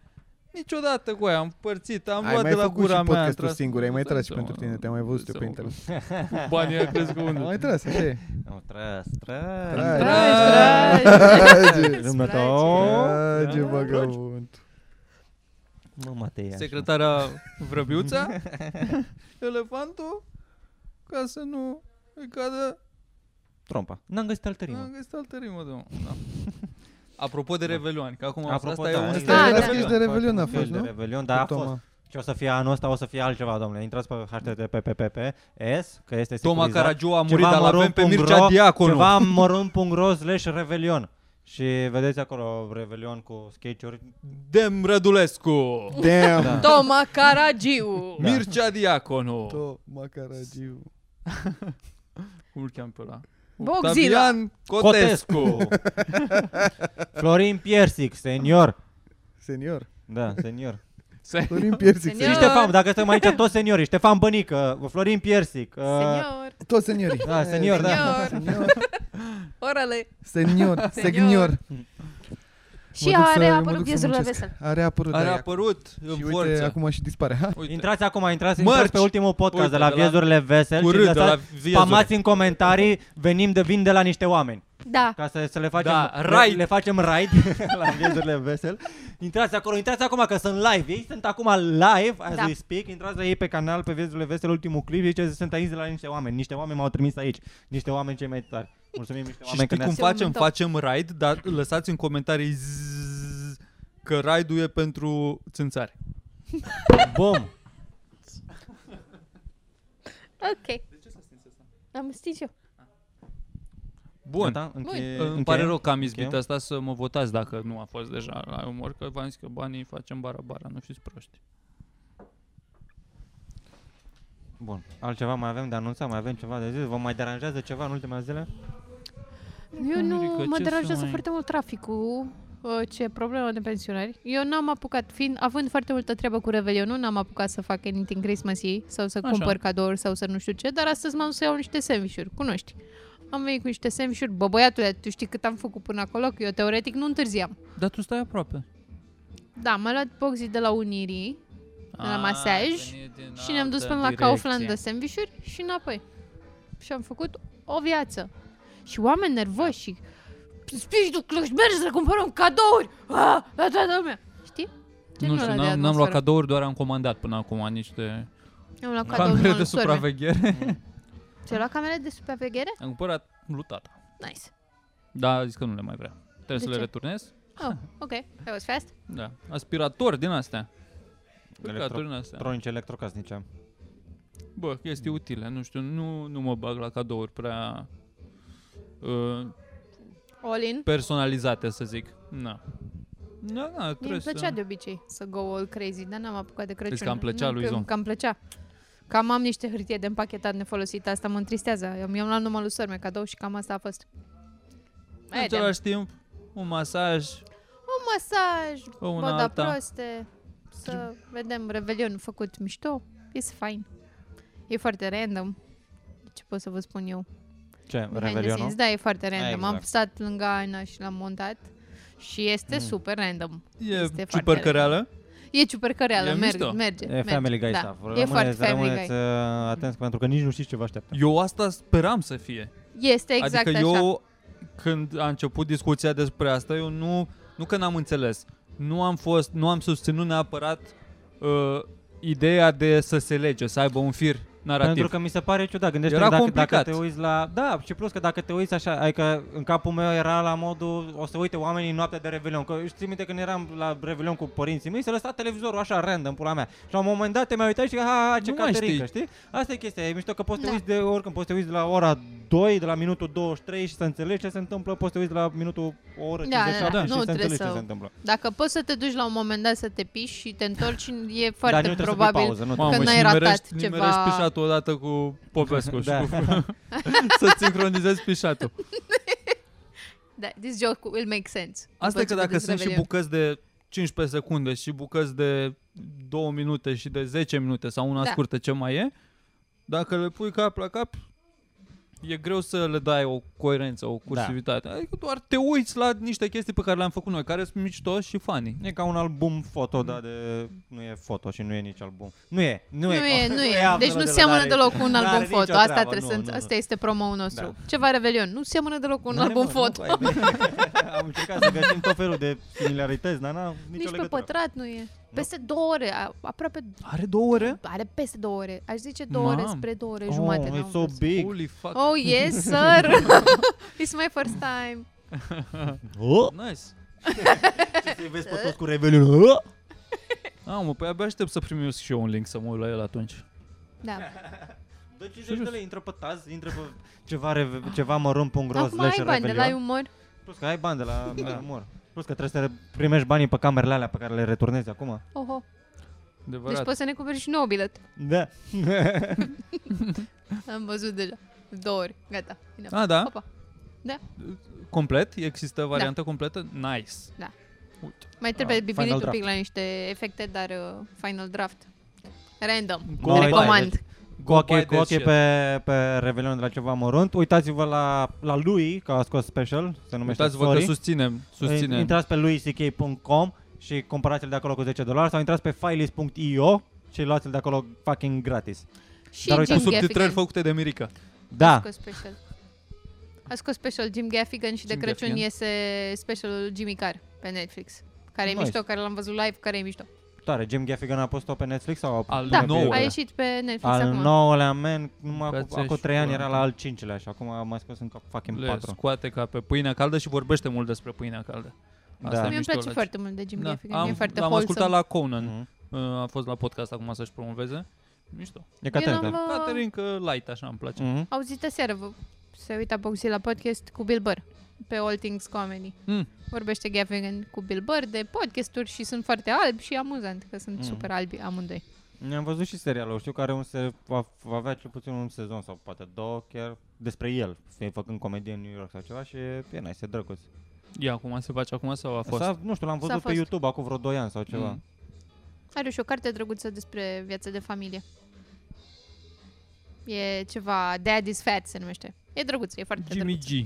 C: Niciodată cu aia, am părțit, am
D: ai
C: luat
D: mai
C: de la
D: făcut
C: gura mea.
D: și podcastul singur, ai mai
C: Stai
D: tras și
C: să
D: pentru
C: mă-
D: tine, te-am mai văzut
C: să
D: eu pe
C: mă-
D: internet.
C: Banii a crescut
D: Am
C: unul.
D: mai tras, așa e.
B: Am tras, tras.
D: Tras.
C: Ah.
A: Tragi, tragi.
B: Dumneata.
D: Ah, ce
C: Da.
D: vagabund.
B: Mă, Matei, așa.
C: Secretara Vrăbiuța, elefantul, ca să nu îi cadă,
B: Trompa. N-am găsit altă
C: am
B: rimă.
C: găsit altă rimă, domnule. Da. Apropo de Revelioane, că acum
B: Apropo,
C: asta e
B: da,
C: un
B: asta
C: fel
A: e-
C: de
A: da,
C: Revelion.
D: ești de Revelion a
B: Un fel
D: fost,
B: de
D: nu?
B: Revelion, da, a fost. Ce o să fie anul ăsta, o să fie altceva, domnule. Intrați pe http.s, că este
C: Toma
B: securizat.
C: Caragiu a murit,
B: Ceva
C: dar l-avem pe
B: mărunt.ro,
C: Mircea Diaconu.
B: Ceva mărunt.ro slash Revelion. Și vedeți acolo Revelion cu sketch-uri.
C: Dem Rădulescu,
D: Damn.
B: Da.
A: Toma Caragiu.
B: Da.
C: Mircea Diaconu.
D: To, Macaragiu.
C: Cum îl cheam pe ăla?
A: Bogzila.
C: Octavian Cotescu.
B: Florin Piersic, senior.
D: Senior.
B: Da, senior.
C: Se-
D: Florin Piersic.
A: Senior.
B: Și Ștefan, dacă suntem aici toți seniorii. Ștefan Bănică, Florin Piersic.
C: Ah.
B: uh,
A: Senior,
D: Toți seniorii.
B: Da, senior, da.
A: senior,
D: Senior.
A: orale.
D: Senior. Senior.
A: Și are apărut piezul la vesel.
D: Are apărut.
C: Are
D: da,
C: apărut în
D: Și uite,
C: forță.
D: acum și dispare. Ha?
C: Uite.
B: Intrați acum, intrați,
C: Mărci.
B: intrați pe ultimul podcast
C: Uite,
B: de la
C: de la-
B: Viezurile Vesel
C: Cu
B: și
C: râd de la
B: lăsați
C: viezuri.
B: spamați în comentarii, venim de vin de la niște oameni.
A: Da.
B: Ca să, să le facem,
C: Da,
B: le,
C: raid.
B: le facem raid la Viezurile Vesel. Intrați acolo, intrați acum că sunt live. Ei sunt acum live, as
A: Da.
B: we speak. Intrați la ei pe canal, pe Viezurile Vesel, ultimul clip. Zice, sunt aici de la niște oameni. Niște oameni m-au trimis aici. Niște oameni cei mai tari. Mulțumim niște
C: Și
B: oameni că
C: știi cum
B: ne-ați...
A: Se
C: facem?
A: umită.
C: Facem raid, dar lăsați în comentarii zzzz că raidul e pentru țânțari.
B: Bom!
A: Ok. Am stins eu.
C: Bun.
B: Gata? Da, Încheie-
C: Îmi
B: încheiem?
C: pare rău că am izbit
B: Încheiem?
C: asta să mă votați dacă nu a fost deja la umor, că v-am zis că banii facem bara-bara, nu fiți proști.
B: Bun. Altceva mai avem de anunțat? Mai avem ceva de zis? Vă mai deranjează ceva în ultima zile?
A: Eu
C: America,
A: nu mă
C: ce să
A: deranjează
C: mai-
A: foarte mult traficul, uh, ce problemă de pensionari. Eu n-am apucat, fiind, având foarte multă treabă cu Revelionul, n-am apucat să fac anything Christmasy sau să
C: Așa.
A: Așa. cumpăr cadouri sau să nu știu ce, dar astăzi m-am dus să iau niște sandvișuri, cunoști. Am venit cu niște sandvișuri, bă băiatule, tu știi cât am făcut până acolo, că eu teoretic nu întârziam.
C: Dar tu stai aproape.
A: Da, m-a luat boxii de la Unirii de la
C: Ah,
A: masaj
C: venit din
A: și ne-am dus
C: altă
A: până la
C: direcție.
A: Kaufland de sandvișuri și înapoi. și am făcut o viață. Și oameni nervoși și spiritul clăș, mergi să cumpărăm cadouri! Ah, da, da, da, mea. Știi?
C: Nu
A: Genul
C: știu,
A: ăla de
C: n-am, n-am luat
A: atmosferă.
C: cadouri, doar am comandat până acum niște
A: Am luat cadou
C: camere de
A: de supraveghere.
C: supraveghere.
A: Ți-ai luat camere de supraveghere?
C: am cumpărat lui tata.
A: Nice.
C: Da, a zis că nu le mai vrea. Trebuie
A: De
C: să
A: ce?
C: le returnez.
A: Oh, ok. That was fast.
C: Da. Aspirator din astea. Aspirator din astea.
B: Tronice electrocasnice.
C: Bă, chestii utile, nu știu, nu, nu mă bag la cadouri prea uh,
A: All in.
C: personalizate, să zic. Na. Da, da,
A: Mie
C: trebuie
A: îmi plăcea
C: să...
A: de obicei să go all crazy, dar n-am apucat de Crăciun.
C: Crezi că îmi plăcea
A: Nu,
C: lui
A: că-
C: Zon?
A: Că îmi plăcea. Cam am niște hârtie de împachetat nefolosită, asta mă întristează. Eu mi-am luat numai lui sorme cadou și cam asta a fost.
C: În
A: Haide,
C: același timp, un masaj,
A: Un masaj,
C: o una
A: boda
C: alta.
A: proste, să vedem Revelion făcut mișto, e fain. E foarte random. Ce pot să vă spun eu?
B: Ce?
A: Behind the
B: Revelionul?
A: scenes, Da, e foarte random. Am
B: exact.
A: stat lângă Ana și l-am montat și este
B: Mm.
A: super random.
C: E
A: Este foarte
C: ciupercăreală.
A: E ciupercăreală,
C: E
A: merge,
C: mișto.
A: merge.
B: E family guy
A: merge. da.
B: stuff.
A: E foarte
B: Rămâneți,
A: family
B: rămâneți
A: guy.
B: uh, atenți pentru că nici nu știți ce vă așteaptă.
C: Eu asta speram să fie.
A: Este exact
C: adică
A: așa.
C: eu, când a început discuția despre asta, eu nu, nu că n-am înțeles, nu am fost, nu am susținut neapărat uh, ideea de să se lege, să aibă un fir narrativ.
B: Pentru că mi se pare ciudat. Gândește-te
C: Era
B: dacă,
C: complicat.
B: dacă te uiți la... Da, și plus că dacă te uiți așa, adică în capul meu era la modul o să uite oamenii noaptea de Revelion. Că știi minte când eram la Revelion cu părinții mei, se lăsa televizorul așa random, pula mea. Și la un moment dat te mai uitai și ha, ha, ha ce
C: Nu mai
B: caterică, știi? Asta e chestia, e mișto că poți să te
A: Da.
B: uiți de oricând, poți să te uiți de la ora 2, de la minutul 23 și să înțelegi ce se întâmplă, poți să te uiți de la minutul o oră
A: Da,
B: 57
A: da, da.
B: și
A: Nu
B: să
A: trebuie
B: înțelegi ce
A: să-
B: se întâmplă.
A: Dacă poți să te duci la un moment dat să te piși și te întorci, e
B: Dar
A: foarte
B: nu trebuie să fii
A: probabil.
B: pauză, nu
A: Mamă,
B: trebuie.
A: n-ai
C: nimerești-
A: ratat
C: nimerești
A: ceva.
C: pișatul odată cu Popescu și
B: Da.
C: cu... să sincronizezi pișatul.
A: Da, this joke will make sense.
C: Asta e
A: după ce te
C: că dacă
A: duci
C: sunt și
A: Revelion.
C: bucăți de 15 secunde și bucăți de 2 minute și de 10 minute sau una
A: Da.
C: scurtă ce mai e, dacă le pui cap la cap, e greu să le dai o coerență, o cursivitate. Da. Adică doar te uiți la niște chestii pe care le-am făcut noi, care sunt mișto și funny.
B: E ca un album foto, dar de... nu e foto și nu e nici album. Nu e, nu,
A: Nu
B: e.
A: e, nu e.
B: absolut
A: Deci nu
B: deloc,
A: seamănă
B: n-are-
A: deloc cu un
B: n-are
A: album
B: nicio
A: foto. Asta,
B: treabă,
A: trebuie
B: nu,
A: să,
B: nu, nu.
A: asta este promo-ul nostru.
B: Da.
A: Ceva Revelion. Nu seamănă deloc cu un
B: N-are,
A: album
B: mă,
A: foto.
B: nu, băi, bine. Am încercat să găsim tot felul de similarități, dar n-am nicio
A: Nici pe
B: legătură.
A: pătrat nu e. Peste două ore, a- aproape...
C: Are două ore?
A: Are peste două ore. Aș zice două ore
C: Mam.
A: spre două ore jumate.
B: Oh,
A: n-am
B: it's so
A: văzut.
B: big.
C: Holy fuck.
A: Oh, yes, sir! It's my first time.
B: Oh,
C: Nice.
B: ce să-i vezi pe toți cu Revelion. Oh!
C: Ah, mă, păi abia aștept să primesc și eu un link să mă uit la el atunci.
A: Da.
B: Dă 50 de lei, intră pe taz, intră pe ceva, reve- ceva mărunt pungros,
A: Acum ai bani de la umor.
B: Plus că ai bani de la Mor. Plus că trebuie să primești banii pe camerele alea pe care le returnezi acum.
A: Oho. Deci
C: Adevărat.
A: poți să ne cumperi și nouă bilet.
B: Da.
A: Am văzut deja. De Două ori. Gata. Bine.
C: Ah, da?
A: Opa.
C: Complet? Există variantă completă? Nice.
A: Da.
C: Uite.
A: Mai trebuie
B: Ah,
A: bibilit un
B: final
A: pic la niște efecte, dar uh, final draft. Random.
C: Go buy
A: Recomand.
B: Cu ochii,
C: Buy
B: cu
C: that
B: ochii
C: shit.
B: pe, pe Revelion de la ceva mărunt. Uitați-vă la, la lui, că a scos special, se numește
C: Uitați-vă că
B: Sorry.
C: susținem, susținem.
B: Intrați pe luisck.com și cumpărați-l de acolo cu 10 dolari sau intrați pe fileis.io și luați-l de acolo fucking gratis.
A: Și
B: Dar uite,
A: Jim
C: subtitrări
A: Gaffigan.
C: făcute de Mirica.
A: A
B: Da,
A: scos special. A scos special Jim Gaffigan și de
C: Jim
A: Crăciun
C: Gaffigan.
A: iese specialul Jimmy Carr pe Netflix. Care
B: Nice.
A: e mișto, care l-am văzut live, care e mișto.
B: tare. Jim Gaffigan a pus-o pe Netflix sau a
C: Al
A: Da,
C: nouălea.
A: a
B: Al
A: ieșit pe Netflix
B: al
A: acum.
B: nouălea, man, numai
C: Mâncați
B: cu, acum
C: și
B: 3 ani
C: pula
B: era
C: mea.
B: la al cincilea și acum am mai spus încă fucking
C: Le
B: 4.
C: scoate ca pe pâinea caldă și vorbește mult despre pâinea caldă.
B: Da.
C: Asta
A: Mie îmi
C: mișto
A: place
C: la-
A: foarte mult de Jim
C: Da.
A: Gaffigan, e
C: Am,
A: foarte
C: l-am
A: wholesome.
C: ascultat la Conan.
B: Mhm.
C: Uh, A fost la podcast acum să-și promoveze. Mișto.
B: E
A: Eu
B: Caterinca.
A: n-am, uh,
C: Caterin că light, așa îmi place.
B: Mhm.
A: auzit aseară, vă- se uita Boxy la podcast cu Bill Burr pe All Things Comedy.
B: Hmm.
C: Mm.
A: Vorbește Gaffigan cu Bill Burr de podcasturi și sunt foarte albi și e amuzant că sunt
B: Mm.
A: super albi amândoi.
B: Ne-am văzut și serialul, știu că are un se- va, va avea cel puțin un sezon sau poate două chiar despre el, fiind făcând comedie în New York sau ceva și e nice, e drăguț.
C: Ia, acum se face acum sau a fost?
B: Sau, nu știu, l-am
A: S-a
B: văzut pe
A: fost.
B: YouTube acum vreo 2 ani sau ceva.
C: Mm.
A: Are și o carte drăguță despre viața de familie. E ceva Daddy's Fat se numește. E drăguț, e foarte
C: Jimmy
A: drăguț.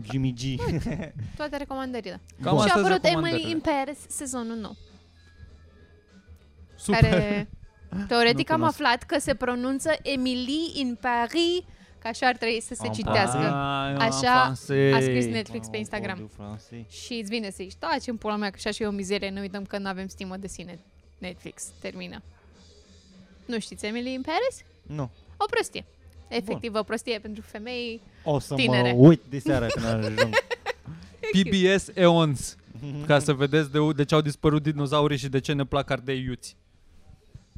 C: G.
B: Jimmy G.
A: Toate recomandările.
C: Cam
B: Bun.
A: și a
C: astea
A: apărut Emily in
C: recomandările.
A: Paris sezonul nou.
C: Super.
A: Care, teoretic,
B: Nu
A: am
B: cunosc.
A: aflat că se pronunță Emily in Paris, Că așa ar trebui să se
B: Am
C: Da.
A: citească. Așa a scris Netflix pe Instagram.
B: Francei.
A: Și îți vine să-i zici, taci în pula mea, că așa și eu mizerie, ne uităm că nu avem stimă de sine. Netflix, termină. Nu știți Emily in Paris?
B: Nu.
A: O prostie. Efectiv, Bun. o prostie pentru femei.
B: O să
A: Tinere.
B: mă uit diseară când ajung.
C: PBS Eons. Ca să vedeți de, u- de ce au dispărut dinozaurii și de ce ne plac ardei iuți.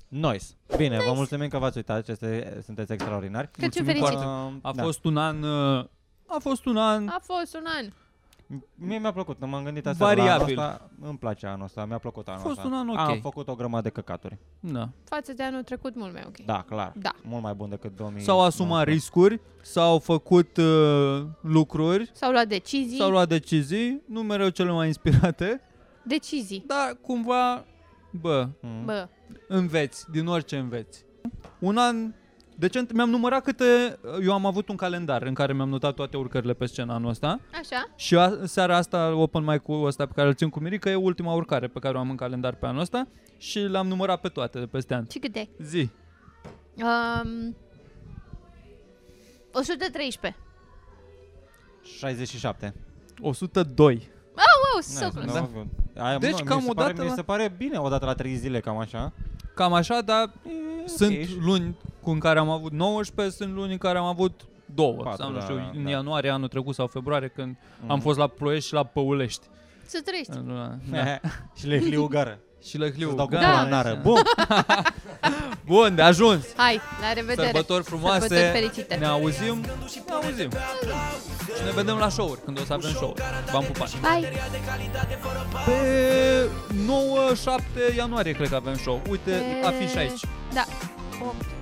B: Noise. Bine, vă mulțumim că v-ați uitat. Aceste, sunteți extraordinari.
A: Că ce
C: Mulțumim
A: fericit.
C: foarte
B: Uh,
C: A
B: da.
C: fost un an... uh, A fost un an...
A: A fost un an.
B: Mie mi-a plăcut, m-am gândit asta Variabil.
C: Variabil.
B: la anul ăsta, îmi place anul ăsta, mi-a plăcut anul
C: fost
B: ăsta.
C: un an ok.
B: Am făcut o grămadă de căcaturi.
C: Da.
A: Față de anul trecut, mult mai ok.
B: Da, clar.
A: Da.
B: Mult mai bun decât 2000.
C: S-au asumat riscuri, s-au făcut uh, lucruri,
A: S-au luat decizii.
C: s-au luat decizii, nu mereu cele mai inspirate,
A: Decizii.
C: dar cumva, bă,
B: Mm.
A: Bă,
C: înveți, din orice înveți. Un an decent, mi-am numărat câte, eu am avut un calendar în care mi-am notat toate urcările pe scenă anul ăsta
A: așa.
C: și a, seara asta open mic-ul ăsta pe care îl țin cu Mirica e ultima urcare pe care o am în calendar pe anul ăsta și l-am numărat pe toate de peste an.
A: Ce câte?
C: Zi,
A: Um, 113.
B: 67.
C: 102.
A: Wow, so
B: Nice,
A: close.
B: da. Aia,
C: Deci
B: deci
C: cam
B: cam mi se,
C: o
B: pare,
C: dată
B: mi
C: la-
B: se pare bine odată la 3 zile, cam așa.
C: Cam așa, dar
B: E,
C: Sunt
B: ok.
C: luni cu în care am avut 19, sunt luni în care am avut două,
B: Patru,
C: sau nu
B: da,
C: știu,
B: da,
C: în
B: da.
C: ianuarie anul trecut sau februarie când
B: Mhm.
C: am fost la Ploiești și la Păulești.
A: Să trăiești.
C: În luna- Da.
B: și le hliu gară.
C: și la Hliu.
B: Să dau cu
C: gata,
B: da.
A: Da.
B: în ară.
C: așa.
B: Bun.
C: Bun, de ajuns.
A: Hai, la revedere.
C: Sărbători frumoase.
A: Sărbători fericite.
C: Ne auzim. Ne auzim. Și ne vedem la show-uri, când o să avem show-uri. V-am pupat.
A: Bye.
C: Pe 9-7 ianuarie cred că avem show. Uite,
A: Pe-
C: afiș aici.
A: Da. 8,